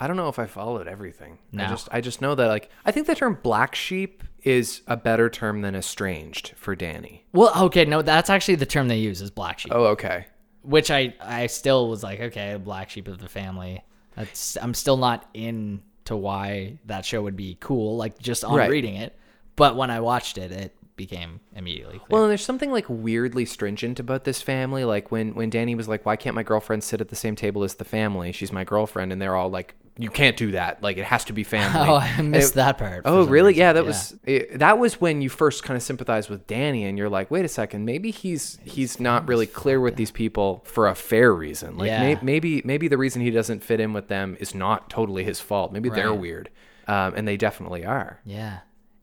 I don't know if I followed everything.
No.
I just I just know that like I think the term black sheep is a better term than estranged for Danny.
well, okay, no, that's actually the term they use is black sheep,
Oh, okay.
which I I still was like, okay, black sheep of the family. That's I'm still not in to why that show would be cool. Like just on
Right.
reading it, but when I watched it, it became immediately clear.
Well, and there's something like weirdly stringent about this family. Like when when Danny was like, "Why can't my girlfriend sit at the same table as the family? She's my girlfriend," and they're all like, "You can't do that. Like it has to be family."
oh, I missed that part. for
Oh,
some
really?
reason.
yeah, that was it, that was when you first kind of sympathize with Danny, and you're like, wait a second, maybe he's he's not really clear with these people for a fair reason. Like
Yeah.
may, maybe maybe the reason he doesn't fit in with them is not totally his fault. Maybe they're
Right.
weird, um, and they definitely are.
Yeah.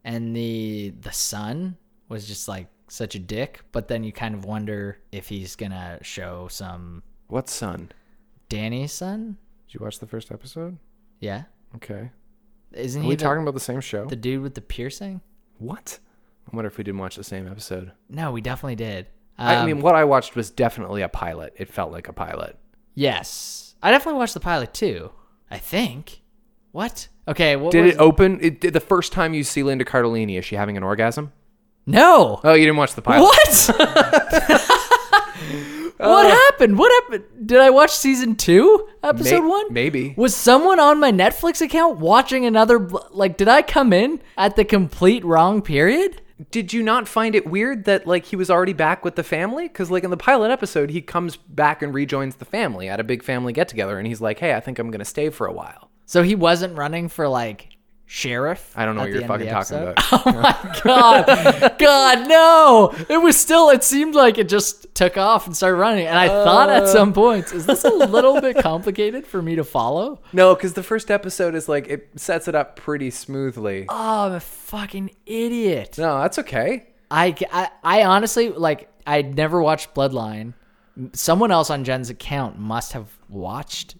And the the son was just like such a dick, but then you kind of wonder if he's gonna show some
What son?
Danny's son?
Did you watch the first episode?
Yeah.
Okay.
Isn't
Are
he
we
the,
talking about the same show?
the dude with the piercing?
What? I wonder if we didn't watch the same episode.
No, we definitely did.
I
Um,
mean, what I watched was definitely a pilot. It felt like a pilot.
yes. I definitely watched the pilot too. I think. What? Okay, what
Did
was-
it open? It did the first time you see Linda Cardellini. Is she having an orgasm?
No.
Oh, you didn't watch the pilot.
What? what
Uh,
happened? What happened? Did I watch season two,
May-
episode one?
Maybe.
Was someone on my Netflix account watching another? bl- Like, did I come in at the complete wrong period?
Did you not find it weird that like he was already back with the family? Because like in the pilot episode, he comes back and rejoins the family at a big family get together, and he's like, "Hey, I think I'm gonna stay for a while."
So he wasn't running for like sheriff.
I don't know what
at the
you're
end of
fucking
the
talking
episode?
about.
God, God, no! It was still. It seemed like it just took off and started running. And I thought at
Uh.
some points, is this a little bit complicated for me to follow?
no, because the first episode is like it sets it up pretty smoothly.
Oh, I'm a Oh, fucking idiot.
No, that's okay.
I, ca- I, I honestly like. I'd never watched Bloodline. Someone else on Jen's account must have watched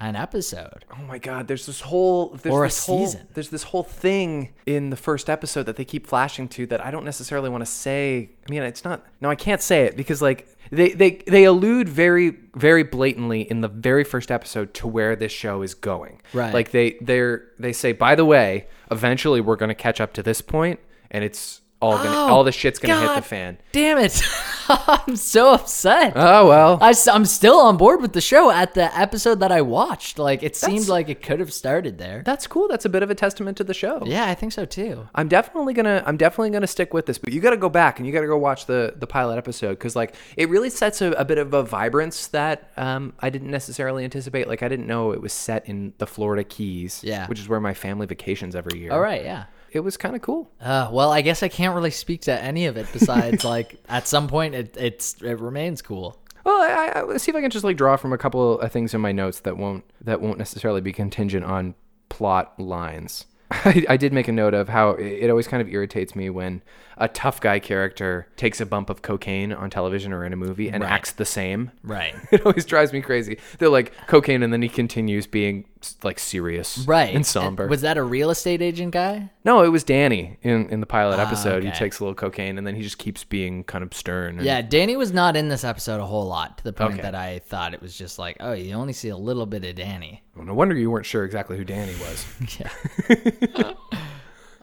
an episode.
Oh my god, there's this whole there's
Or a
this whole,
season.
There's this whole thing in the first episode that they keep flashing to that I don't necessarily want to say. I mean, it's not no, I can't say it because like they they they allude very very blatantly in the very first episode to where this show is going.
Right.
Like they they're they say by the way, eventually we're going to catch up to this point and it's all gonna,
Oh,
all the shit's going to hit the
God
fan.
Damn it! I'm so upset.
Oh well.
I, am still on board with the show at the episode that I watched. Like it seemed like it could have started there.
that's cool. That's a bit of a testament to the show.
yeah, I think so too.
I'm definitely gonna I'm definitely gonna stick with this, but you gotta go back and you gotta go watch the the pilot episode because like it really sets a, a bit of a vibrance that um, I didn't necessarily anticipate. Like I didn't know it was set in the Florida Keys,
Yeah.
which is where my family vacations every year.
All right, yeah.
it was kind of cool.
Uh, well, I guess I can't really speak to any of it besides like at some point it it's it remains cool.
Well, I, I, let's see if I can just like draw from a couple of things in my notes that won't that won't necessarily be contingent on plot lines. I, I did make a note of how it it always kind of irritates me when a tough guy character takes a bump of cocaine on television or in a movie and acts the same.
Right.
It always drives me crazy. They're like cocaine, and then he continues being like serious,
Right.
and somber.
Was that a real estate agent guy?
no, it was Danny in, in the pilot episode. He
Ah, okay.
takes a little cocaine, and then he just keeps being kind of stern. And,
Yeah, Danny was not in this episode a whole lot to the point
Okay.
that I thought it was just like, oh, you only see a little bit of Danny.
no wonder you weren't sure exactly who Danny was.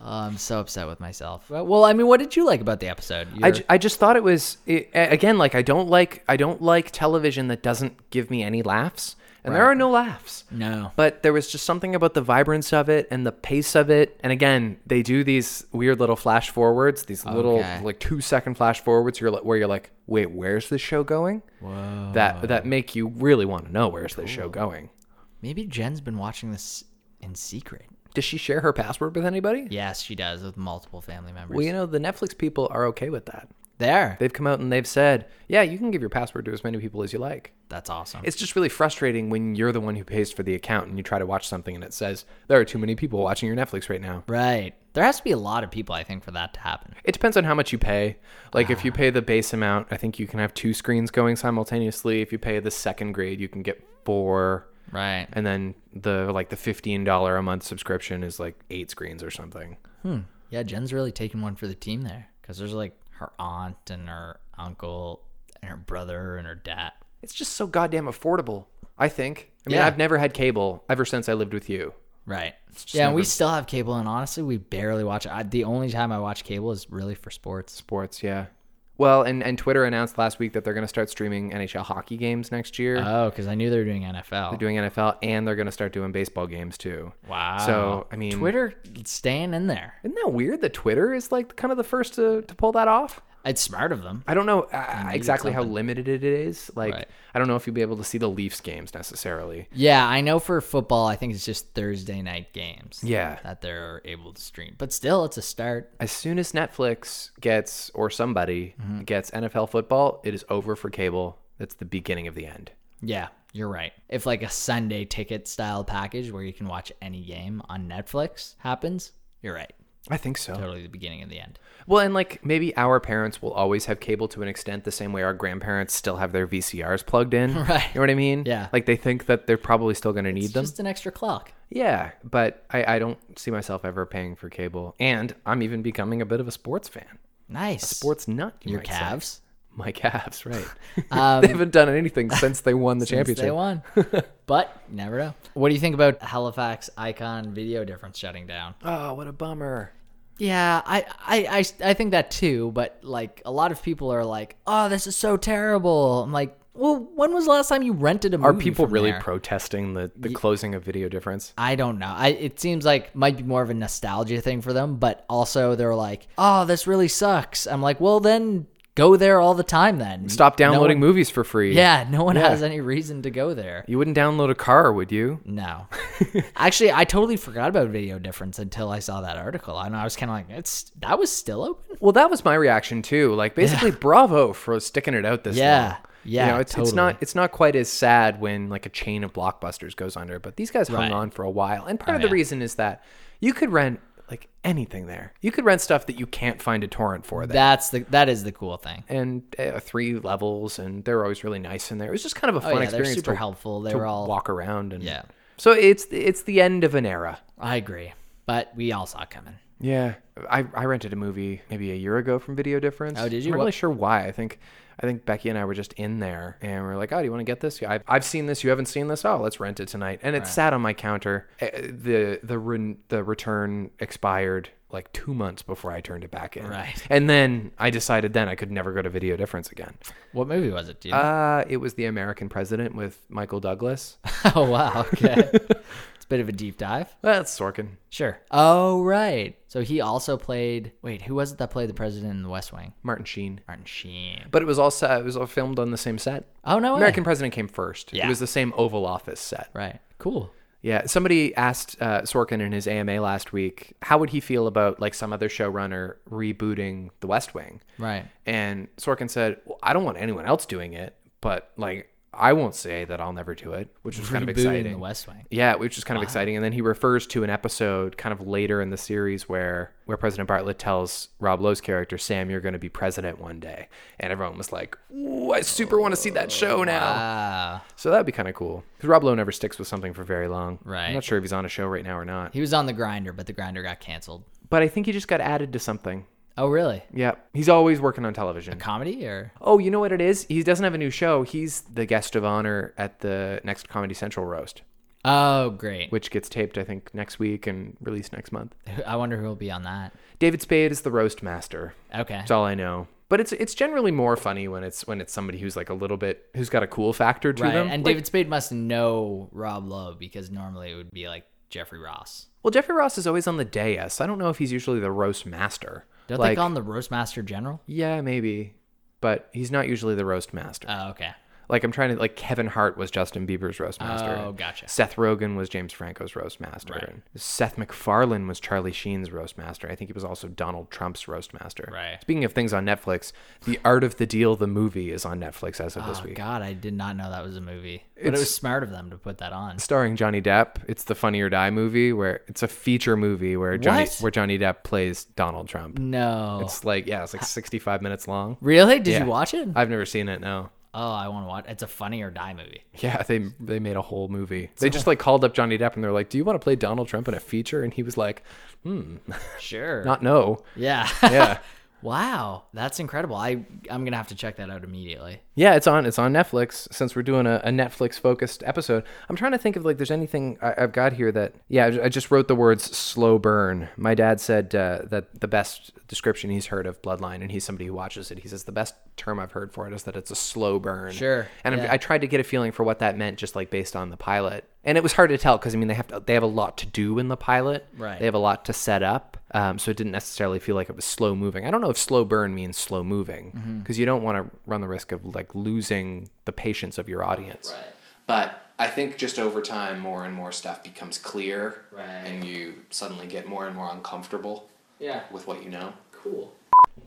Oh, I'm so upset with myself. Well, well, I mean, what did you like about the episode?
I,
You're-
ju- I just thought it was it, a- again like I don't like I don't like television that doesn't give me any laughs, and there are no laughs.
no.
But there was just something about the vibrance of it and the pace of it. And again, they do these weird little flash forwards, these little
Okay.
like two second flash forwards. You're like, where you're like, wait, where's this show going? Whoa. That that make you really want to know where's this show going.
Maybe Jen's been watching this in secret.
Does she share her password with anybody?
Yes, she does with multiple family members.
Well, you know, the Netflix people are okay with that.
there.
They've come out and they've said, yeah, you can give your password to as many people as you like.
That's awesome.
It's just really frustrating when you're the one who pays for the account and you try to watch something and it says, there are too many people watching your Netflix right now.
right. There has to be a lot of people, I think, for that to happen.
It depends on how much you pay. Like, if you pay the base amount, I think you can have two screens going simultaneously. If you pay the second grade, you can get four.
Right.
And then the like the fifteen dollar a month subscription is like eight screens or something.
Yeah, Jen's really taking one for the team there because there's like her aunt and her uncle and her brother and her dad.
It's just so goddamn affordable. I think. I mean,
Yeah.
I've never had cable ever since I lived with you.
Right. Yeah, and we still have cable, and honestly, we barely watch. I, the only time I watch cable is really for sports.
Sports, yeah. Well, and and Twitter announced last week that they're going to start streaming NHL hockey games next year.
Oh, because I knew they were doing NFL.
doing NFL and they're going to start doing baseball games too.
wow.
So, I mean,
Twitter staying in there.
Isn't that weird that Twitter is like kind of the first to, to pull that off?
It's smart of them.
I don't know uh, exactly how
something.
limited it is. Like,
Right.
I don't know if you'll be able to see the Leafs games necessarily.
Yeah, I know for football, I think it's just Thursday night games.
Yeah.
That they're able to stream, but still, it's a start.
As soon as Netflix gets or somebody
Mm-hmm.
gets NFL football, it is over for cable. That's the beginning of the end.
Yeah, you're right. If like a Sunday ticket style package where you can watch any game on Netflix happens, you're right.
I think so.
Totally the beginning and the end.
Well, and like maybe our parents will always have cable to an extent, the same way our grandparents still have their VCRs plugged in.
Right.
You know what I mean?
Yeah.
Like they think that they're probably still going to need
It's
them.
just an extra clock.
Yeah, but I, I don't see myself ever paying for cable, and I'm even becoming a bit of a sports fan,
Nice.
sports nut. You
Your
might say.
calves.
my Cavs, right?
Um,
they haven't done anything since they won the championship.
They won. but you never know. What do you think about Halifax Icon Video Difference shutting down?
Oh, what a bummer!
Yeah, I, I, I, I think that too. But like a lot of people are like, "Oh, this is so terrible." I'm like, "Well, when was the last time you rented a movie?"
Are people
from
really
there? Um,
protesting the the closing of Video Difference?
I don't know. I it seems like might be more of a nostalgia thing for them, but also they're like, "Oh, this really sucks." I'm like, "Well, then go there all the time then."
Stop
No one-
downloading movies for free.
yeah, no one has any reason to go there.
you wouldn't download a car, would you?
No. Actually, I totally forgot about video difference until I saw that article. And I was kind of like, it's that was still open.
Well, that was my reaction too. Like basically, bravo for sticking it out this
Yeah.
long.
Yeah,
you know, it's, it's
totally.
not it's not quite as sad when like a chain of blockbusters goes under, but these guys hung
Right. Oh,
on for a while, and part of the
yeah.
reason is that you could rent like anything there. You could rent stuff that you can't find a torrent for there.
That's the that is the cool thing.
and uh, three levels, and they were always really nice in there. It was just kind of a fun
Oh, yeah, they're
experience.
super
to,
helpful. They
to
were all.
walk around and
Yeah.
So it's it's the end of an era.
I agree, but we all saw it coming.
Yeah, I, I rented a movie maybe a year ago from Video Difference.
Oh, did
I'm
you?
not
What-
really sure why. I think I think Becky and I were just in there, and we are like, "Oh, do you want to get this? Yeah, I've, I've seen this. You haven't seen this. Oh, let's rent it tonight." And it sat on my counter. Eh, the the re- the return expired like two months before I turned it back in.
Right.
And then I decided then I could never go to Video Difference again.
What movie was it? Do you know?
Uh, it was the American President with Michael Douglas.
oh wow, okay. it's a bit of a deep dive.
That's Sorkin.
Sure. Oh right. So he also played. Wait, who was it that played the president in The West Wing?
Martin Sheen.
Martin Sheen.
But it was also it was all filmed on the same set.
Oh no. way.
American President came first.
Yeah.
It was the same Oval Office set.
Right. Cool.
Yeah. Somebody asked uh, Sorkin in his AMA last week, how would he feel about like some other showrunner rebooting The West Wing?
Right.
And Sorkin said, well, I don't want anyone else doing it, but like I won't say that I'll never do it, which was kind of
Rebooting
exciting.
The West Wing.
Yeah, which is kind of exciting. And then he refers to an episode kind of later in the series where where President Bartlett tells Rob Lowe's character, Sam, you're going to be president one day. And everyone was like, ooh, I super want to see that show now.
Ah.
So that'd be kind of cool. Because Rob Lowe never sticks with something for very long.
Right.
I'm not sure if he's on a show right now or not.
He was on the grinder, but the grinder got canceled.
But I think he just got added to something.
Oh really?
Yeah. He's always working on television.
Comedy or?
Oh, you know what it is? He doesn't have a new show. He's the guest of honor at the next Comedy Central roast,
Oh great.
which gets taped, I think, next week and released next month.
I wonder who will be on that.
David Spade is the roast master.
Okay.
That's all I know. But it's it's generally more funny when it's when it's somebody who's like a little bit who's got a cool factor to
Right.
them.
And
Like-
David Spade must know Rob Lowe because normally it would be like Jeffrey Ross.
well, Jeffrey Ross is always on the dais. I don't know if he's usually the roast master.
Don't
like,
they call him the Roastmaster General?
Yeah, maybe. But he's not usually the roast master.
Oh, okay.
like I'm trying to like Kevin Hart was Justin Bieber's roast master.
Oh,
and
gotcha.
Seth Rogen was James Franco's roast master. And Seth MacFarlane was Charlie Sheen's roast master. I think he was also Donald Trump's roast master.
Right.
Speaking of things on Netflix, The Art of the Deal, the movie, is on Netflix as of this
Oh
week.
God, I did not know that was a movie. but it was
It's-
smart of them to put that on.
starring Johnny Depp. It's the Funny or Die movie where it's a feature movie where Johnny
What?
where Johnny Depp plays Donald Trump.
No,
It's like yeah, it's like 65 minutes long.
really? Did
Yeah.
you watch it?
I've never seen it. No.
oh, I want to watch. It's a Funny or Die movie.
Yeah, they they made a whole movie. They just like called up Johnny Depp and they're like, "Do you want to play Donald Trump in a feature?" And he was like,
Sure.
"Not no."
yeah.
Yeah.
wow, that's incredible. I I'm gonna have to check that out immediately.
Yeah, it's on it's on Netflix. Since we're doing a, a Netflix focused episode, I'm trying to think of like there's anything I, I've got here that yeah I, I just wrote the words slow burn. My dad said uh, that the best description he's heard of Bloodline, and he's somebody who watches it. He says the best term I've heard for it is that it's a slow burn.
Sure,
And I'm-
yeah.
I tried to get a feeling for what that meant just like based on the pilot, and it was hard to tell because I mean they have to, they have a lot to do in the pilot.
Right.
They have a lot to set up. Um, so it didn't necessarily feel like it was slow moving. I don't know if slow burn means slow moving because you don't want to run the risk of like losing the patience of your audience. Right. But I think just over time, more and more stuff becomes clear,
Right.
and you suddenly get more and more uncomfortable
Yeah.
with what you know.
Cool.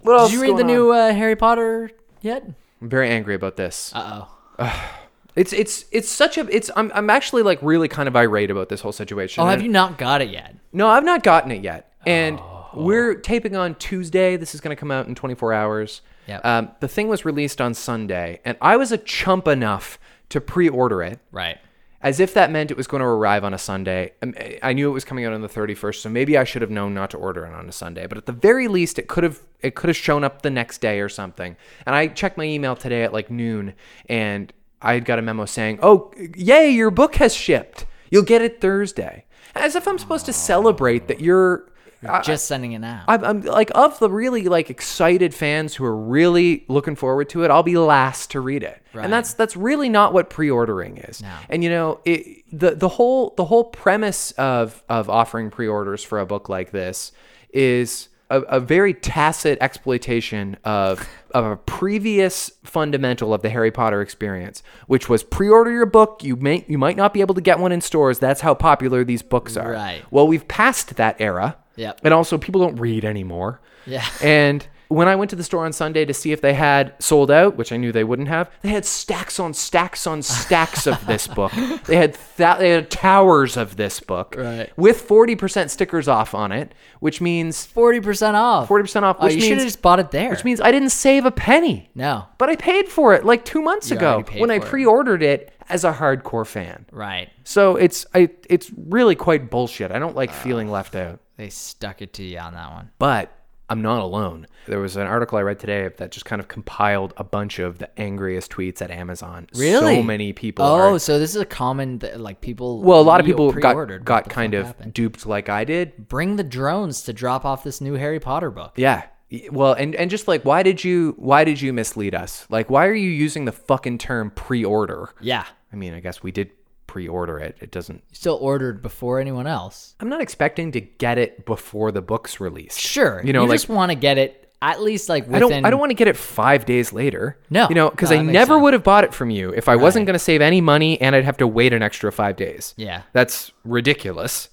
What else
Did you read the new uh, Harry Potter yet?
I'm very angry about this.
Uh oh.
it's it's it's such a it's I'm I'm actually like really kind of irate about this whole situation.
Oh, have
And-
you not got it yet?
No, I've not gotten it yet. And we're taping on Tuesday. This is going to come out in 24 hours.
Yep.
Um, the thing was released on Sunday, and I was a chump enough to pre order it
Right.
as if that meant it was going to arrive on a Sunday. Um, I knew it was coming out on the 31st, so maybe I should have known not to order it on a Sunday. But at the very least, it could have it could have shown up the next day or something. And I checked my email today at like noon, and I had got a memo saying, "Oh, yay, your book has shipped. You'll get it Thursday." As if I'm supposed to celebrate that you're. Uh, I-
Just sending it now.
I'm, I'm like of the really like excited fans who are really looking forward to it. I'll be last to read it,
Right.
and that's that's really not what pre-ordering is. And you know, it, the the whole the whole premise of of offering pre-orders for a book like this is a, a very tacit exploitation of of a previous fundamental of the Harry Potter experience, which was pre-order your book. You may you might not be able to get one in stores. That's how popular these books are.
Right.
Well, we've passed that era.
Yep.
And also, people don't read anymore.
Yeah.
And when I went to the store on Sunday to see if they had sold out, which I knew they wouldn't have, they had stacks on stacks on stacks of this book. They had th- they had towers of this book
Right.
with 40% stickers off on it, which means
Forty percent off.
40% off,
Oh,
which
you should have
means-
just bought it there.
which means I didn't save a penny.
no.
But I paid for it like 2 months ago
already paid
when I
for it.
pre-ordered it as a hardcore fan.
Right.
So it's I it's really quite bullshit. I don't like
Uh,
feeling left out.
They stuck it to you on that one.
But I'm not alone. There was an article I read today that just kind of compiled a bunch of the angriest tweets at Amazon.
Really?
So many people.
Oh,
are-
so this is a common th- like people.
well, a lot of
re-
people got
pre-ordered. What
got
the
kind
fuck
of
happened?
duped like I did.
bring the drones to drop off this new Harry Potter book.
Yeah. Y- Well, and and just like why did you why did you mislead us? Like why are you using the fucking term pre-order?
Yeah,
I mean, I guess we did pre-order it. It doesn't
you still ordered before anyone else.
I'm not expecting to get it before the book's released.
Sure,
You know, like
just want to get it at least like within.
I don't. I don't want to get it five days later.
No.
you know, because
No,
I
that makes
never
sense.
would have bought it from you if I wasn't going to save any money, and I'd have to wait an extra five days.
Yeah. Mm-hmm.
that's ridiculous.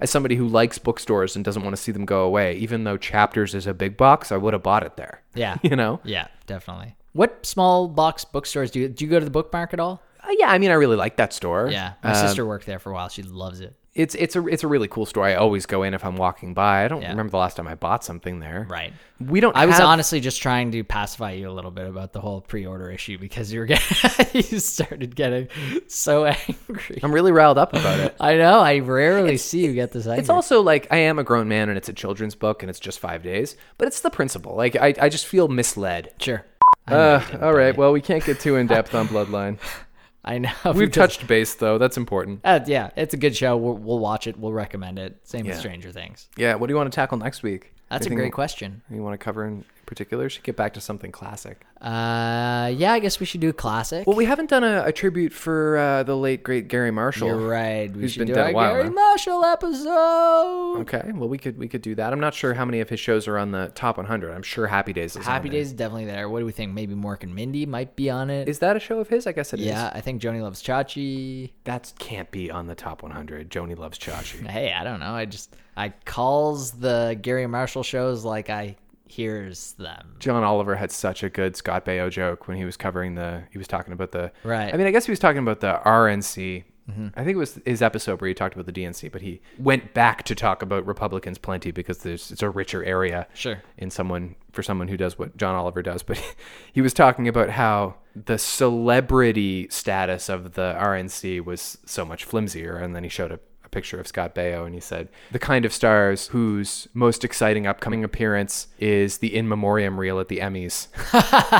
As somebody who likes bookstores and doesn't want to see them go away, even though Chapters is a big box, I would have bought it there.
Yeah.
you know.
Yeah, definitely. What small box bookstores do you do? You go to the bookmark at all?
Uh, yeah, I mean, I really like that store. Uh,
Yeah, my sister worked there for a while. She loves it.
it's it's a it's a really cool store. I always go in if I'm walking by. I don't remember the last time I bought something there.
Right.
We don't.
I was
have-
honestly just trying to pacify you a little bit about the whole pre-order issue because you were getting, you started getting so angry.
I'm really riled up about it.
I know. I rarely see you get this angry.
It's also like I am a grown man and it's a children's book and it's just five days, but it's the principle. Like I, I just feel misled.
sure.
Uh, all right. Well, we can't get too in depth on Bloodline.
I know.
We've
because-
touched base though. That's important.
Uh, yeah, it's a good show. We'll, we'll watch it. We'll recommend it. Same
Yeah.
with Stranger Things.
Yeah. What do you want to tackle next week?
That's
Anything
a great question.
You want to cover in particular? We Should get back to something classic.
Uh, yeah, I guess we should do a classic.
Well, we haven't done a, a tribute for uh, the late great Gary Marshall.
You're right. We
Who's
should
been
do
dead
our
a while,
Gary
huh?
Marshall episode.
Okay. Well, we could we could do that. I'm not sure how many of his shows are on the top 100. I'm sure Happy Days is. on
Happy
there.
Days is definitely there. What do we think? Maybe Mork and Mindy might be on it.
Is that a show of his? I guess it is.
yeah, I think Joni loves Chachi.
That can't be on the top 100. Joni loves Chachi.
Hey, I don't know. I just I calls the Gary Marshall shows like I hears them.
John Oliver had such a good Scott Baio joke when he was covering the. He was talking about the.
Right.
I mean, I guess he was talking about the RNC. I think it was his episode where he talked about the DNC, but he went back to talk about Republicans plenty because there's it's a richer area.
Sure.
In someone for someone who does what John Oliver does, but he was talking about how the celebrity status of the RNC was so much flimsier, and then he showed a. A picture of Scott Baio, and he said, The kind of stars whose most exciting upcoming appearance is the in memoriam reel at the Emmys.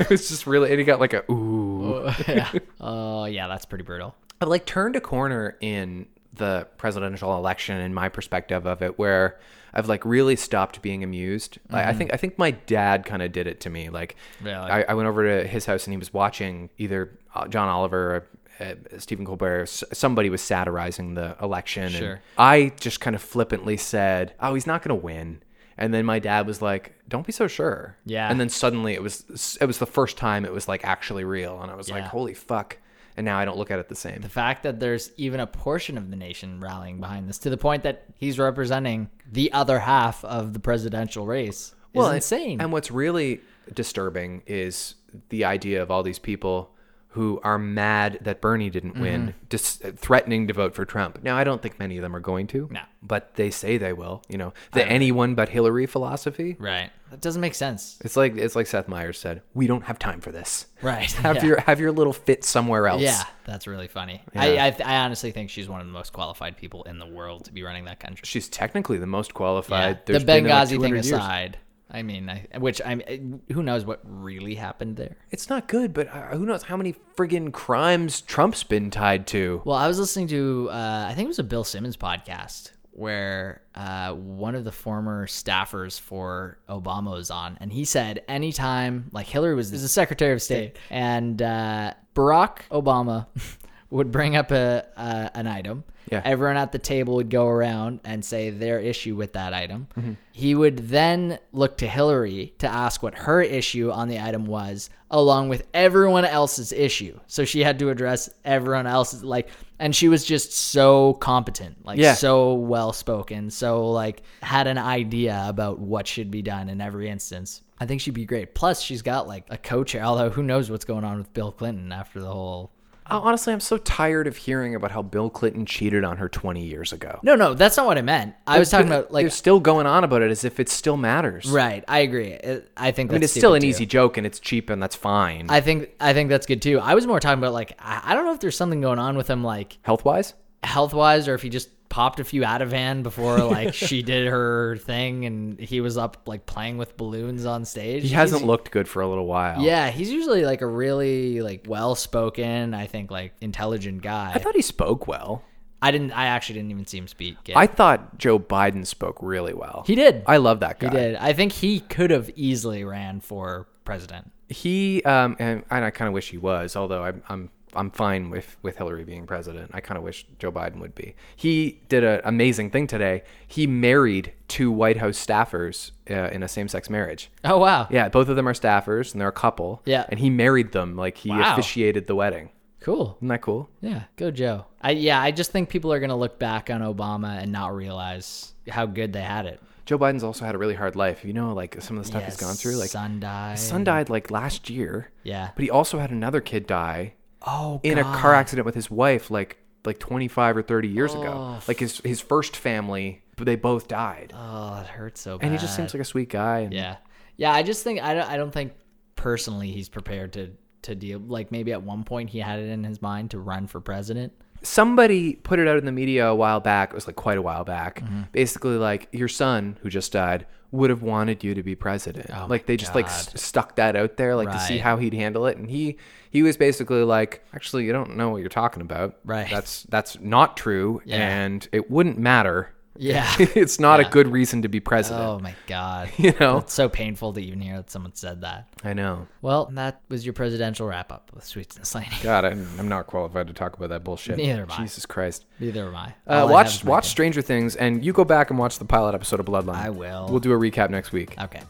it was just really, and he got like a ooh.
yeah. Oh yeah, that's pretty brutal.
I've like turned a corner in the presidential election in my perspective of it where I've like really stopped being amused. I, I
Mm-hmm.
think I think my dad kind of did it to me. Like
Really?
I, I went over to his house and he was watching either uh, John Oliver or uh, Stephen Colbert. or s- Somebody was satirizing the election, and
Sure.
I just kind of flippantly said, "Oh, he's not going to win." And then my dad was like, "Don't be so sure."
Yeah.
And then suddenly it was it was the first time it was like actually real, and I was like,
Yeah.
"Holy fuck!" And now I don't look at it the same.
the fact that there's even a portion of the nation rallying behind this to the point that he's representing the other half of the presidential race is
and-
insane.
And what's really disturbing is the idea of all these people who are mad that Bernie didn't
Mm-hmm.
win, dis- threatening to vote for Trump. Now, I don't think many of them are going to.
No.
But they say they will. You know, the anyone but Hillary philosophy.
right. That doesn't make sense.
It's like it's like Seth Meyers said, we don't have time for this.
Right.
Have
yeah.
your have your little fit somewhere else.
Yeah, that's really funny. I, I, I honestly think she's one of the most qualified people in the world to be running that country.
She's technically the most
Yeah.
qualified.
The
There's been, like,
Benghazi thing
200 years.
aside, I mean, I, which I'm, eh, who knows what really happened there.
It's not good, but uh, who knows how many friggin' crimes Trump's been tied to.
Well, I was listening to uh, I think it was a Bill Simmons podcast where uh, one of the former staffers for Obama was on, and he said anytime like Hillary was the Secretary of State and uh, Barack Obama would bring up a, a an item.
Yeah.
Everyone at the table would go around and say their issue with that item.
Mm-hmm.
He would then look to Hillary to ask what her issue on the item was, along with everyone else's issue. So she had to address everyone else's like, and she was just so competent, like
Yeah.
so well spoken, so like had an idea about what should be done in every instance. I think she'd be great. Plus, she's got like a co-chair. Although, who knows what's going on with Bill Clinton after the whole
Oh, Honestly, I'm so tired of hearing about how Bill Clinton cheated on her 20 years ago.
No, no, that's not what I meant. I was talking about
They're
like
still going on about it as if it still matters.
right. I agree. It- I think
I mean,
that's
it's still an
stupid too.
easy joke and it's cheap and that's fine.
I think I think that's good too. I was more talking about like I, I don't know if there's something going on with him like
Health wise?
health wise or if he just popped a few Ativan before like she did her thing and he was up like playing with balloons on stage.
He hasn't looked good for a little while.
Yeah, he's usually like a really like well spoken. I think like intelligent guy.
I thought he spoke well.
I didn't. I actually didn't even see him speak. yet.
I thought Joe Biden spoke really well.
he did.
I love that
he
guy.
did. I think he could have easily ran for president.
He, um, and, and I kind of wish he was, although I'm, I'm, I'm fine with, with Hillary being president. I kind of wish Joe Biden would be. He did an amazing thing today. He married two White House staffers uh, in a same sex marriage.
Oh wow.
Yeah, both of them are staffers and they're a couple.
Yeah.
And he married them. Like he
Wow.
officiated the wedding.
Cool.
Isn't that cool?
Yeah, go Joe. I yeah, I just think people are gonna look back on Obama and not realize how good they had it.
Joe Biden's also had a really hard life. You know, like some of the stuff he's
Yeah,
gone through. Like
son died.
son died like last year.
Yeah.
But he also had another kid die
oh,
in a car accident with his wife like like 25 or 30 years ago. Like his his first family, but they both died.
oh, it hurts so bad.
and he just seems like a sweet guy. And
yeah, yeah. I just think I don't. I don't think personally he's prepared to to deal. Like maybe at one point he had it in his mind to run for president.
Somebody put it out in the media a while back. It was like quite a while back.
Mm-hmm.
Basically, like your son who just died would have wanted you to be president. like they just like s- stuck that out there, like to see
Oh Right.
how he'd handle it. And he he was basically like, actually, you don't know what you're talking about.
Right.
That's that's not true,
Yeah.
and it wouldn't matter.
Yeah.
it's not a good reason to be president.
oh my god.
You know.
It's so painful to even hear that someone said that.
I know.
Well, that was your presidential wrap up with Sweets and Slaney.
God, I'm, I'm not qualified to talk about that bullshit.
Neither am I.
Jesus Christ.
Neither am I.
Uh,
All I have
watch
is my
watch Stranger Things, and you go back and watch the pilot episode of Bloodline.
I will.
We'll do a recap next week. Uh,
Okay.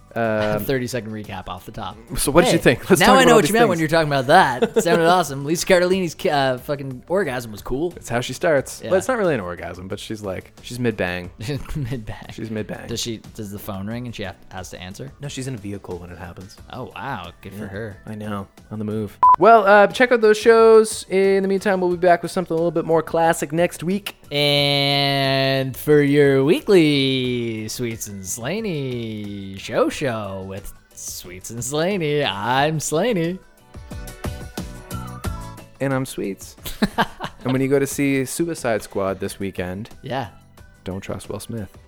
30 second recap off the top.
Um, So what did you
Hey,
think? Let's
now
talk
I
about
know
all
what
these
you meant when
things.
you're talking about that. It sounded awesome. Lisa Cardellini's uh, fucking orgasm was cool.
That's how she starts.
Yeah.
Well, it's not really an orgasm, but she's like she's mid bang.
Mid back.
She's mid bang.
Does she? Does the phone ring and she have, has to answer?
no, she's in a vehicle when it happens.
Oh wow, good for her.
I know, on the move. Well, uh, check out those shows. In the meantime, we'll be back with something a little bit more classic next week.
And for your weekly Sweets and Slaney show show with Sweets and Slaney, I'm Slaney.
And I'm Sweets. and when you go to see Suicide Squad this weekend,
Yeah.
don't trust Will Smith.